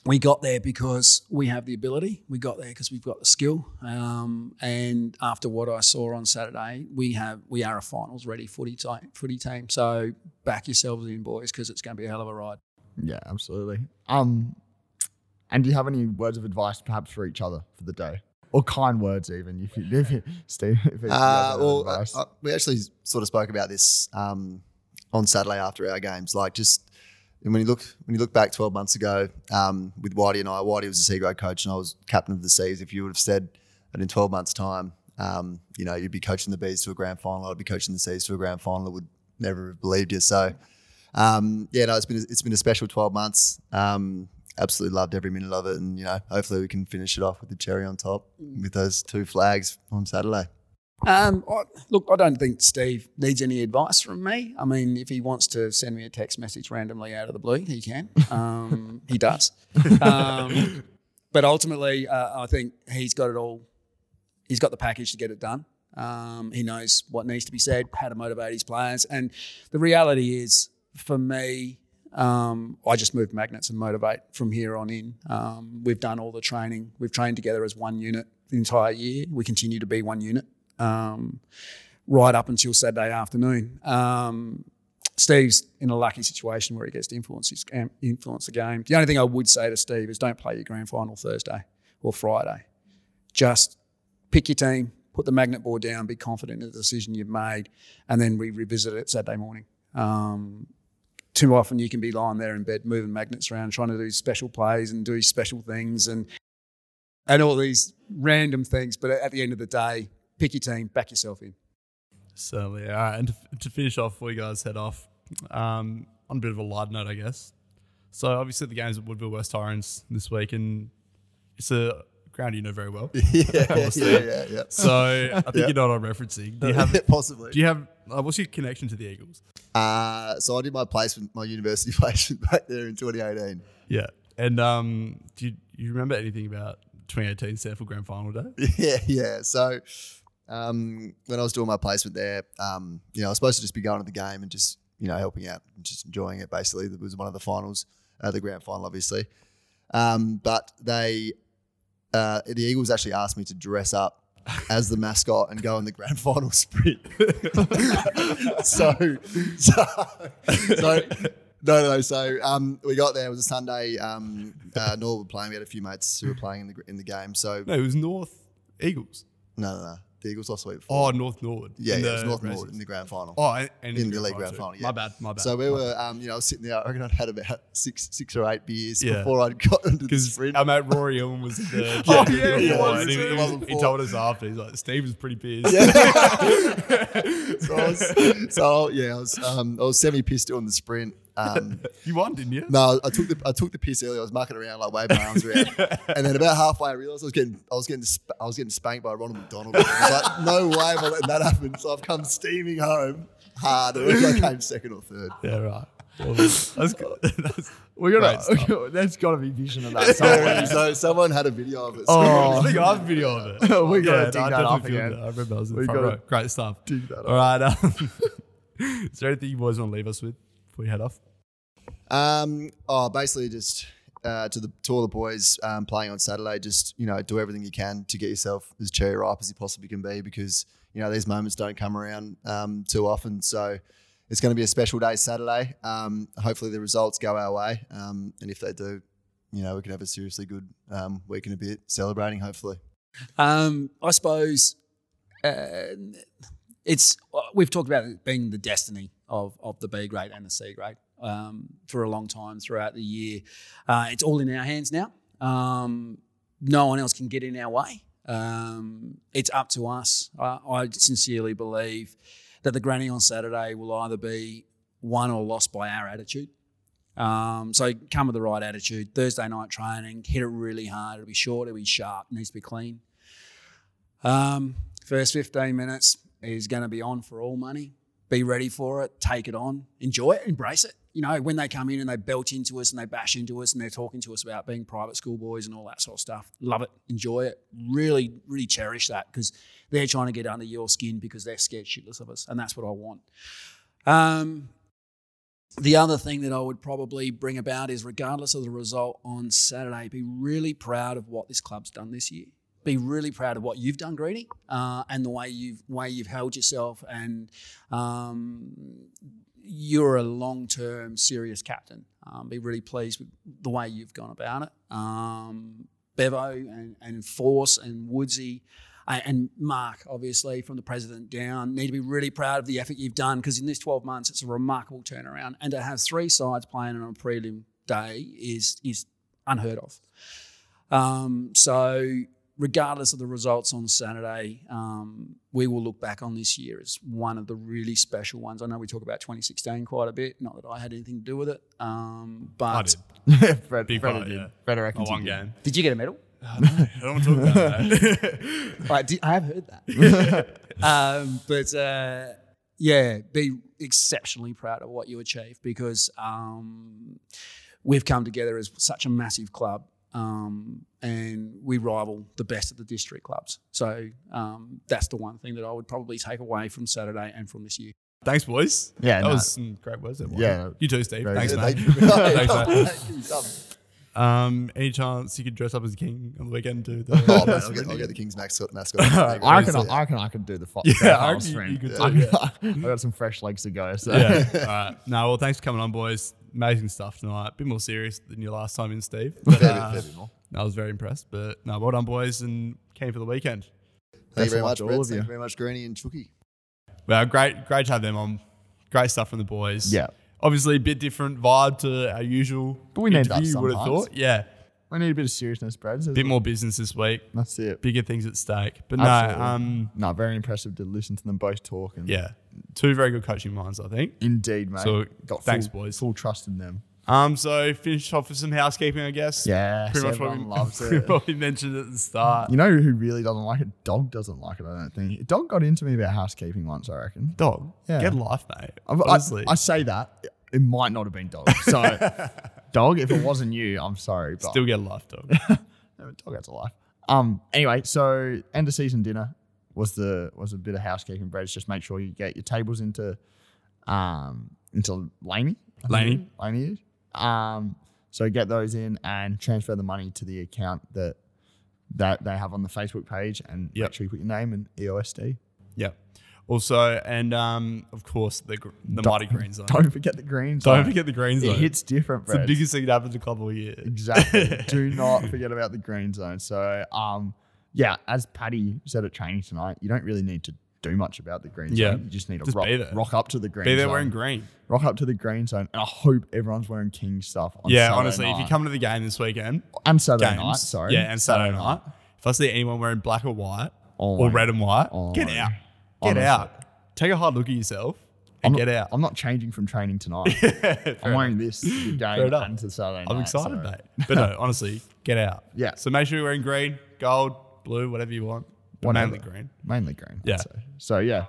D: we got there because we have the ability. We got there because we've got the skill. Um, and after what I saw on Saturday, we have we are a finals ready footy team. Footy team. So back yourselves in, boys, because it's going to be a hell of a ride.
B: Yeah, absolutely. Um, and do you have any words of advice, perhaps for each other for the day, or kind words even? If you, if you Steve, if it's
C: Uh, well, I, I, we actually sort of spoke about this um, on Saturday after our games. Like just and when you look when you look back 12 months ago um, with Whitey and I, Whitey was a C grade coach and I was captain of the Seas. If you would have said that in 12 months' time, um, you know, you'd be coaching the Bees to a grand final, I'd be coaching the Seas to a grand final, I would never have believed you. So, um, yeah, no, it's been it's been a special 12 months. Um, absolutely loved every minute of it, and you know, hopefully we can finish it off with the cherry on top with those two flags on Saturday.
D: Um, I, look, I don't think Steve needs any advice from me. I mean, if he wants to send me a text message randomly out of the blue, he can. Um, he does. Um, but ultimately, uh, I think he's got it all. He's got the package to get it done. Um, he knows what needs to be said, how to motivate his players. And the reality is, for me, um, I just move magnets and motivate from here on in. Um, we've done all the training. We've trained together as one unit the entire year. We continue to be one unit um, right up until Saturday afternoon. Um, Steve's in a lucky situation where he gets to influence, his, um, influence the game. The only thing I would say to Steve is don't play your grand final Thursday or Friday. Just pick your team, put the magnet board down, be confident in the decision you've made, and then we revisit it Saturday morning. Um, too often you can be lying there in bed moving magnets around, trying to do special plays and do special things and and all these random things. But at the end of the day, pick your team, back yourself in.
A: Certainly. All right. And to, to finish off before you guys head off, um, on a bit of a light note, I guess. So obviously the game's at Woodville West Irons this week, and it's a ground you know very well.
C: yeah, yeah, yeah.
A: So I think you know what I'm referencing. Do you have?
C: possibly.
A: Do you have? Uh, what's your connection to the Eagles?
C: Uh, so I did my placement, my university placement back there in 2018.
A: Yeah. And um, do you, you remember anything about 2018 Stanford Grand Final day?
C: yeah, yeah. So um, when I was doing my placement there, um, you know, I was supposed to just be going to the game and just you know helping out, and just enjoying it. Basically, it was one of the finals, uh, the grand final, obviously. Um, but they, uh, the Eagles actually asked me to dress up as the mascot and go in the grand final sprint. so, so, so. No, no, no. So um, we got there. It was a Sunday. Um, uh, Norwood playing. We had a few mates who were playing in the in the game. So
A: No, it was North Eagles.
C: no, no, no. The Eagles lost the week before.
A: Oh, North Norwood.
C: yeah,
A: In
C: yeah, it
A: the
C: was North
A: races.
C: Norwood in the grand final.
A: Oh, and, and
C: in the league
A: grand
C: grand final. Yeah.
A: My bad. My bad.
C: So we were, um, you know, I was sitting there. I reckon I'd had about six, six or eight beers
A: Yeah.
C: before I'd got into the
A: Because
C: sprint.
A: our mate Rory Owen was the
C: Oh,
A: captain
C: yeah, he
A: before,
C: was
A: and he,
C: too.
A: he was- he told us after. He's like, Steve was pretty pissed.
C: so, I was, so yeah, I was, um, I was semi pissed doing the sprint. Um,
A: You won, didn't you?
C: no, I took the I took the piss early. I was mucking around like waving my arms around, and then about halfway, I realised I was getting I was getting sp- I was getting spanked by Ronald McDonald. I was like, no way am I letting that happen. So I've come steaming home hard. I reckon I came second or third.
A: Yeah, right. That's good. That's,
B: we
A: Right,
B: gotta,
A: stop.
B: there's got to be vision of that somewhere.
C: So, so someone had a video of it. So
B: Oh.
A: I think I have a video of it.
B: We gotta dig
A: I
B: that up
A: definitely filmed
B: again.
A: it. I remember I was in
B: We
A: the front
B: gotta
A: row. Great stuff.
B: dig that
A: All right. Um, is there anything you boys want to leave us with before you head off?
C: Um, oh, basically just uh, to the to all the boys um, playing on Saturday, just you know, do everything you can to get yourself as cherry ripe as you possibly can be, because you know these moments don't come around um, too often. So it's going to be a special day Saturday. Um, hopefully the results go our way, um, and if they do, you know, we can have a seriously good um, week and a bit celebrating. Hopefully,
D: Um, I suppose uh, it's we've talked about it being the destiny of of the B grade and the C grade um, for a long time throughout the year. Uh, it's all in our hands now. Um, no one else can get in our way. Um, it's up to us. I, I sincerely believe that the granny on Saturday will either be won or lost by our attitude. Um, so come with the right attitude. Thursday night training, hit it really hard. It'll be short, it'll be sharp, needs to be clean. Um, first 15 minutes is going to be on for all money. Be ready for it, take it on, enjoy it, embrace it. You know, when they come in and they belt into us and they bash into us and they're talking to us about being private school boys and all that sort of stuff, love it, enjoy it. Really, really cherish that because they're trying to get under your skin because they're scared shitless of us. And that's what I want. Um, The other thing that I would probably bring about is, regardless of the result on Saturday, be really proud of what this club's done this year. Be really proud of what you've done, Greedy, uh, and the way you've way you've held yourself. And um, you're a long term serious captain. Um, be really pleased with the way you've gone about it. Um, Bevo and, and Force and Woodsy a- and Mark, obviously, from the president down, need to be really proud of the effort you've done because in this 12 months, it's a remarkable turnaround. And to have three sides playing on a prelim day is is unheard of. Um, so, regardless of the results on Saturday, um, we will look back on this year as one of the really special ones. I know we talk about 2016 quite a bit, not that I had anything to do with it, um, but
A: I did.
B: Fred,
A: Big
B: Fred
A: part,
B: did.
A: yeah.
B: Fred reckons
A: My
B: he
A: one
B: did.
A: game.
D: did you get a medal?
A: I don't want to talk about that.
D: I, did, I have heard that. um, but uh, yeah, be exceptionally proud of what you achieved because um, we've come together as such a massive club um, and we rival the best of the district clubs. So um, that's the one thing that I would probably take away from Saturday and from this year.
A: Thanks, boys.
B: Yeah,
A: that
B: no.
A: was some great words. That one.
B: Yeah.
A: you too, Steve.
B: Very
A: Thanks,
B: good.
A: mate. Thanks, mate. Um, any chance you could dress up as a king on the weekend? Do the
C: Oh, man, I'll, get, I'll get the Kings mascot. mascot.
B: I reckon I, I reckon I could do the fo-
A: Yeah,
B: the
A: I
B: half
A: reckon you- you
B: sprint.
A: could
B: I,
A: do,
B: I got some fresh legs to go. So
A: yeah. All right. No, well, thanks for coming on, boys. Amazing stuff tonight. A bit more serious than your last time in, Steve. But,
C: Fair bit-
A: uh,
C: fair bit more.
A: I was very impressed. But no, well done, boys, and came for the weekend.
C: Thank
B: Best
C: you
B: of
C: very
B: luck
C: much,
B: to all
C: Brett.
B: of
C: Thank
B: you.
C: you very much, Greeny and Chooky.
A: Well, great, great to have them on. Great stuff from the boys.
B: Yeah.
A: Obviously, a bit different vibe to our usual.
B: But we need that
A: interview, you would have
B: sometimes.
A: thought. Yeah.
B: I need a bit of seriousness, Brad.
A: A bit more business this week.
B: That's it.
A: Bigger things at stake. But
B: Absolutely.
A: no, um,
B: No, very impressive to listen to them both talk. And
A: yeah. Two very good coaching minds, I think.
B: Indeed, mate.
A: So,
B: got
A: thanks,
B: full,
A: boys.
B: Full trust in them.
A: Um, so finish off with some housekeeping, I guess.
B: Yes,
A: pretty much what we,
B: everyone loves it.
A: what we mentioned at the start.
B: You know who really doesn't like it? Dog doesn't like it. I don't think. Dog got into me about housekeeping once. I reckon.
A: Dog,
B: Yeah.
A: get a life, mate.
B: I- I,
A: Honestly,
B: I say that it might not have been dog. So, dog, if it wasn't you, I'm sorry. But
A: still get a life, dog.
B: No, but dog out to life. Um. Anyway, so end of season dinner was the was a bit of housekeeping. Breads. Just make sure you get your tables into, um, into Laney. I think
A: Laney.
B: it is. Laney is. Um. So get those in and transfer the money to the account that that they have on the Facebook page, and
A: Yep.
B: make sure you put your name and E EOSD.
A: yeah. Also, and um, of course, the gr- the mighty green zone. Don't,
B: Don't forget the greens. though.
A: forget the green zone.
B: It hits different,
A: it's the
B: Brad.
A: biggest thing that happened to the club all year.
B: Exactly. Do not forget about the green zone. So, um, yeah, as Paddy said at training tonight, you don't really need to do much about the green
A: Yeah.
B: zone. You just need to
A: Just
B: rock,
A: be there.
B: rock up to the green
A: Be
B: zone.
A: there wearing green.
B: rock up to the green zone. And I hope everyone's wearing King stuff on
A: yeah,
B: Saturday
A: honestly, if you
B: night.
A: come to the game this weekend,
B: and Saturday
A: games,
B: night, sorry.
A: yeah, and Saturday, night, if I see anyone wearing black or white
B: Oh
A: or
B: my-
A: red and white,
B: oh
A: get
B: my-
A: out, get
B: honestly.
A: out, take a hard look at yourself,
B: I'm
A: and
B: not-
A: get out.
B: I'm not changing from training tonight. I'm wearing this to the game
A: enough.
B: and to Saturday night.
A: I'm excited,
B: so-
A: mate. But no, honestly, get out.
B: Yeah.
A: So make sure you're wearing green, gold, blue, whatever you want. But
B: Whatever.
A: mainly green.
B: Mainly green. I'd
A: Yeah.
B: say. So, yeah,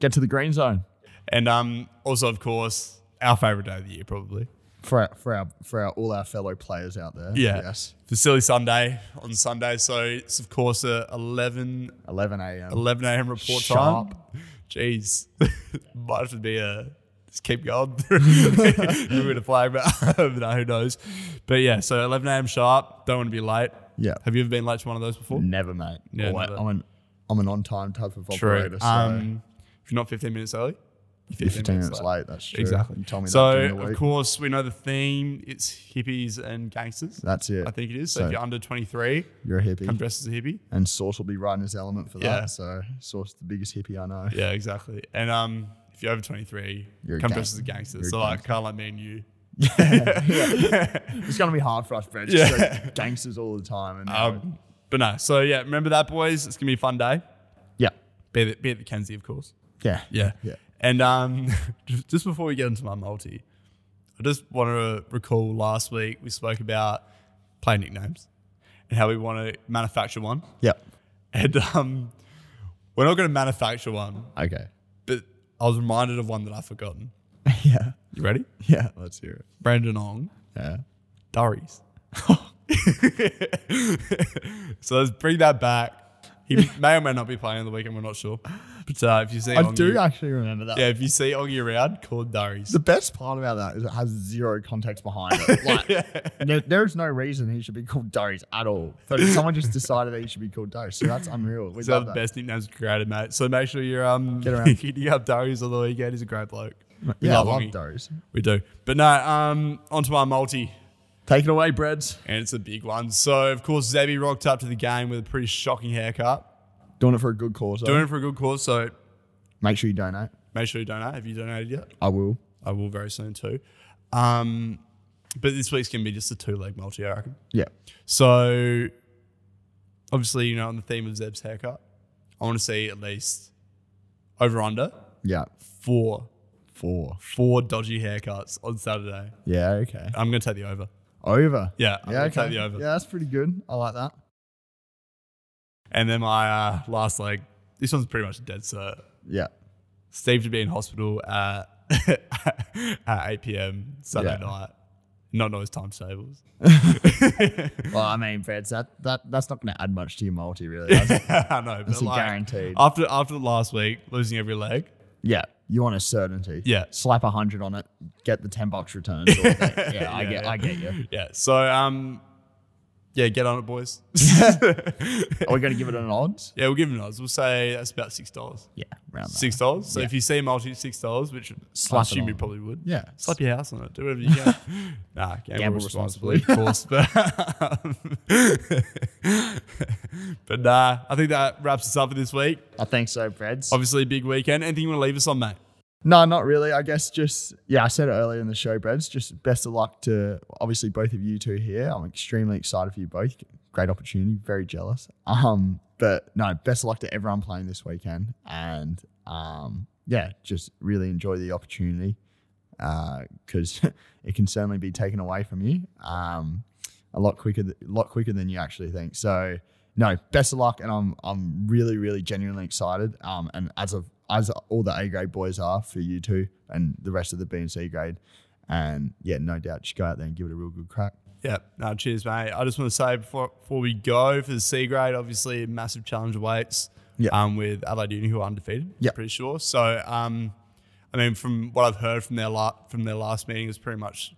B: get to the green zone.
A: And um, also, of course, our favorite day of the year, probably.
B: For our, for our for our all our fellow players out there,
A: Yeah.
B: yes,
A: Facility Sunday on Sunday. So it's, of course, a 11,
B: 11 a.m.
A: 11 a.m. report
B: Sharp.
A: time. Jeez. Might have to be a. Just keep going. you would have flag, but um, no, who knows? But yeah, so 11 a.m. sharp. Don't want to be late.
B: Yeah.
A: Have you ever been late to one of those before?
B: Never, mate.
A: Yeah,
B: Always-
A: never.
B: I'm an I'm an on time type of
A: True.
B: operator. So
A: Um, if you're not 15 minutes early, you're
B: if 15 minutes late, that's true.
A: Exactly.
B: You told me
A: so,
B: that during the
A: of
B: week.
A: course, we know the theme. It's hippies and gangsters.
B: That's it.
A: I think it is. So,
B: So-
A: if you're under 23,
B: You're a
A: come
B: hippie,
A: dressed as a hippie.
B: and Source will be right in his element for
A: Yeah.
B: that. So Source, the biggest hippie I know.
A: Yeah, exactly. And um, if you're over 23,
B: You're a
A: come
B: gang-
A: dressed as a gangster.
B: you're a
A: so, like, kind of like me and you.
B: It's gonna be hard for us, bro. Just
A: Yeah.
B: like gangsters all the time. And
A: Um, but no, so yeah, remember that, boys. It's going to be a fun day.
B: yeah,
A: Be at, the, be at the Kenzie, of course.
B: yeah,
A: Yeah.
B: Yeah.
A: And um, just before we get into my multi, I just want to recall last week we spoke about player nicknames and how we want to manufacture one.
B: yeah.
A: And um, we're not going to manufacture one,
B: Okay.
A: but I was reminded of one that I've forgotten.
B: yeah,
A: You ready?
B: yeah. Let's hear it.
A: Brandon Ong,
B: Yeah.
A: Durries. so let's bring that back. He may or may not be playing on the weekend. We're not sure. But uh, if you see,
B: I
A: Ongi-
B: do actually remember that.
A: yeah, if you see Ongi around, call Durries.
B: The best part about that is it has zero context behind it. Like, there, there is no reason he should be called Dose at all. But someone just decided that he should be called Dose. So that's unreal. We
A: These are
B: love
A: the
B: that.
A: best nicknames created, mate. So make sure you're um
B: Get around.
A: you have Durries on the weekend. He's a great bloke. We
B: Yeah,
A: love
B: I love
A: Ongi.
B: Dose.
A: We do. But no, um, onto our multi.
B: Take it away, Breads.
A: And it's a big one. So, of course, Zebby rocked up to the game with a pretty shocking haircut.
B: Doing it for a good cause.
A: Doing
B: Doing-
A: it for a good cause, so
B: Make sure you donate.
A: make sure you donate. Have you donated yet?
B: I will.
A: I will very soon too. Um, but this week's going to be just a two leg multi, I reckon.
B: Yeah.
A: So, obviously, you know, on the theme of Zeb's haircut, I want to see at least over under
B: Yeah.
A: four,
B: Four.
A: four dodgy haircuts on Saturday.
B: Yeah, okay.
A: I'm going to take the over.
B: Over.
A: Yeah, I'm
B: Yeah,
A: going to
B: okay.
A: take the over.
B: Yeah, that's pretty good. I like that.
A: And then my uh, last leg, this one's pretty much a dead cert.
B: Yeah.
A: Steve to be in hospital at, at 8 p.m. Saturday
B: Yeah.
A: night. Not know his timetables.
B: Well, I mean, Breads, that, that that's not going to add much to your multi, really. That's,
A: I know, but
B: that's a
A: like,
B: guaranteed.
A: after after last week losing every leg,
B: yeah. You want a certainty.
A: Yeah.
B: Slap a hundred on it. Get the ten bucks return. sort of thing. yeah, I
A: Yeah,
B: get.
A: yeah.
B: I get you.
A: yeah. So um, yeah, get on it, boys.
B: Are we going to give it an odds?
A: yeah, we'll give him odds. We'll say that's about six dollars.
B: Yeah, round that.
A: Six dollars. So if you see a multi, it's six dollars, which I
B: Slap it
A: assume you
B: on.
A: probably would.
B: Yeah.
A: Slap your house on it. Do whatever you can. nah, gamble,
B: Gamble
A: responsibly, of course. But, um, but nah, I think that wraps us up for this week.
B: I think so, Freds.
A: Obviously, a big weekend. Anything you want to leave us on, mate?
B: No, not really. I guess just yeah, I said it earlier in the show, Breds. Just best of luck to obviously both of you two here. I'm extremely excited for you both. Great opportunity. Very jealous. Um, but no, best of luck to everyone playing this weekend, and um, yeah, just really enjoy the opportunity because it can certainly be taken away from you um, a lot quicker, th- lot quicker than you actually think. So, no, best of luck, and I'm I'm really, really genuinely excited. Um, and as of as all the A grade boys are for you two and the rest of the B and C grade, and yeah, no doubt, just go out there and give it a real good crack.
A: Yeah, no, cheers, mate. I just want to say before before we go for the C grade, obviously a massive challenge awaits.
B: Yeah.
A: Um, with Adelaide Uni who are undefeated.
B: Yeah.
A: Pretty sure. So um, I mean, from what I've heard from their la- from their last meeting, is pretty much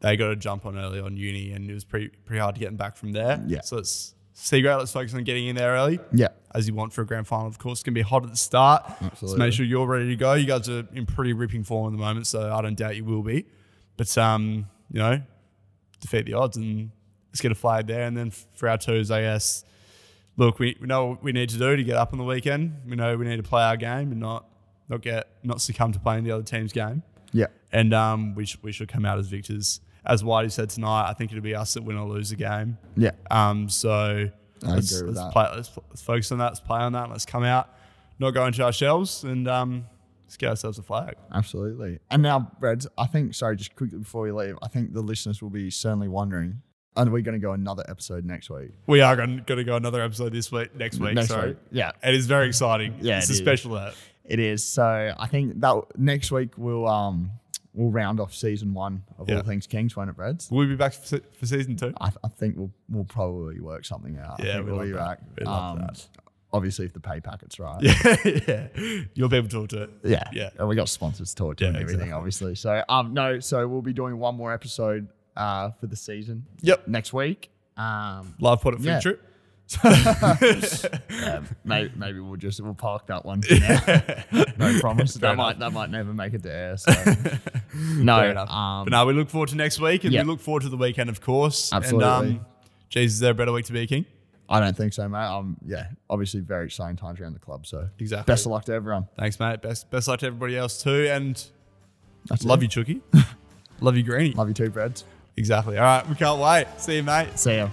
A: they got a jump on early on uni, and it was pretty pretty hard to get them back from there.
B: Yeah.
A: So it's C grade. Let's focus on getting in there early.
B: Yeah,
A: As you want for a grand final, of course, it's gonna be hot at the start. So
B: Absolutely.
A: make sure you're ready to go. You guys are in pretty ripping form at the moment, so I don't doubt you will be. But um, you know, defeat the odds and let's get a flag there. And then for our twos, I guess, look, we, we know what we need to do to get up on the weekend. We know we need to play our game and not not get not succumb to playing the other team's game.
B: yeah,
A: And um, we sh- we should come out as victors. As Whitey said tonight, I think it'll be us that win or lose the game.
B: yeah.
A: Um, so
B: I
A: let's,
B: agree with
A: let's
B: that.
A: play. Let's, let's focus on that. Let's play on that. Let's come out, not go into our shells, and um, let's get ourselves a flag.
B: Absolutely. And now, Brad, I think, sorry, just quickly before we leave, I think the listeners will be certainly wondering are we going to go another episode next week?
A: We are going to go another episode this week, next week.
B: next
A: sorry,
B: week. Yeah,
A: it is very exciting.
B: Yeah,
A: it's a
B: it is.
A: special that.
B: it is. So I think that next week we'll um we'll round off season one of
A: Yeah.
B: All Things Kings, won't it, Brad?
A: We'll be back for, se- for season two.
B: I, I think we'll we'll probably work something out. I
A: Yeah,
B: think
A: we
B: we'll
A: love that.
B: be back. Um,
A: We love that.
B: Obviously, if the pay packet's right.
A: Yeah, yeah. Your people talk to it.
B: Yeah.
A: Yeah.
B: And we got sponsors to it
A: Yeah,
B: and everything,
A: exactly.
B: obviously. So um no, so we'll be doing one more episode uh for the season
A: Yep.
B: next week. Um
A: Live pod at Food
B: Yeah.
A: Trip.
B: yeah, maybe, maybe we'll just we'll park that one for now. no promise. that might that might never make it to air. So
A: Fair
B: no,
A: enough.
B: um,
A: but now we look forward to next week, and
B: yeah.
A: we look forward to the weekend, of course. And,
B: Absolutely.
A: um, Jesus, is there a better week to be a king?
B: I don't think so, mate. Um, yeah, obviously very exciting times around the club. So
A: Exactly.
B: best of luck to everyone.
A: Thanks, mate. Best best luck to everybody else too, and
B: That's
A: love
B: it.
A: you, Chucky. love you, Greeny.
B: Love you too, Brad.
A: Exactly. All right, we can't wait. See you, mate.
B: See ya.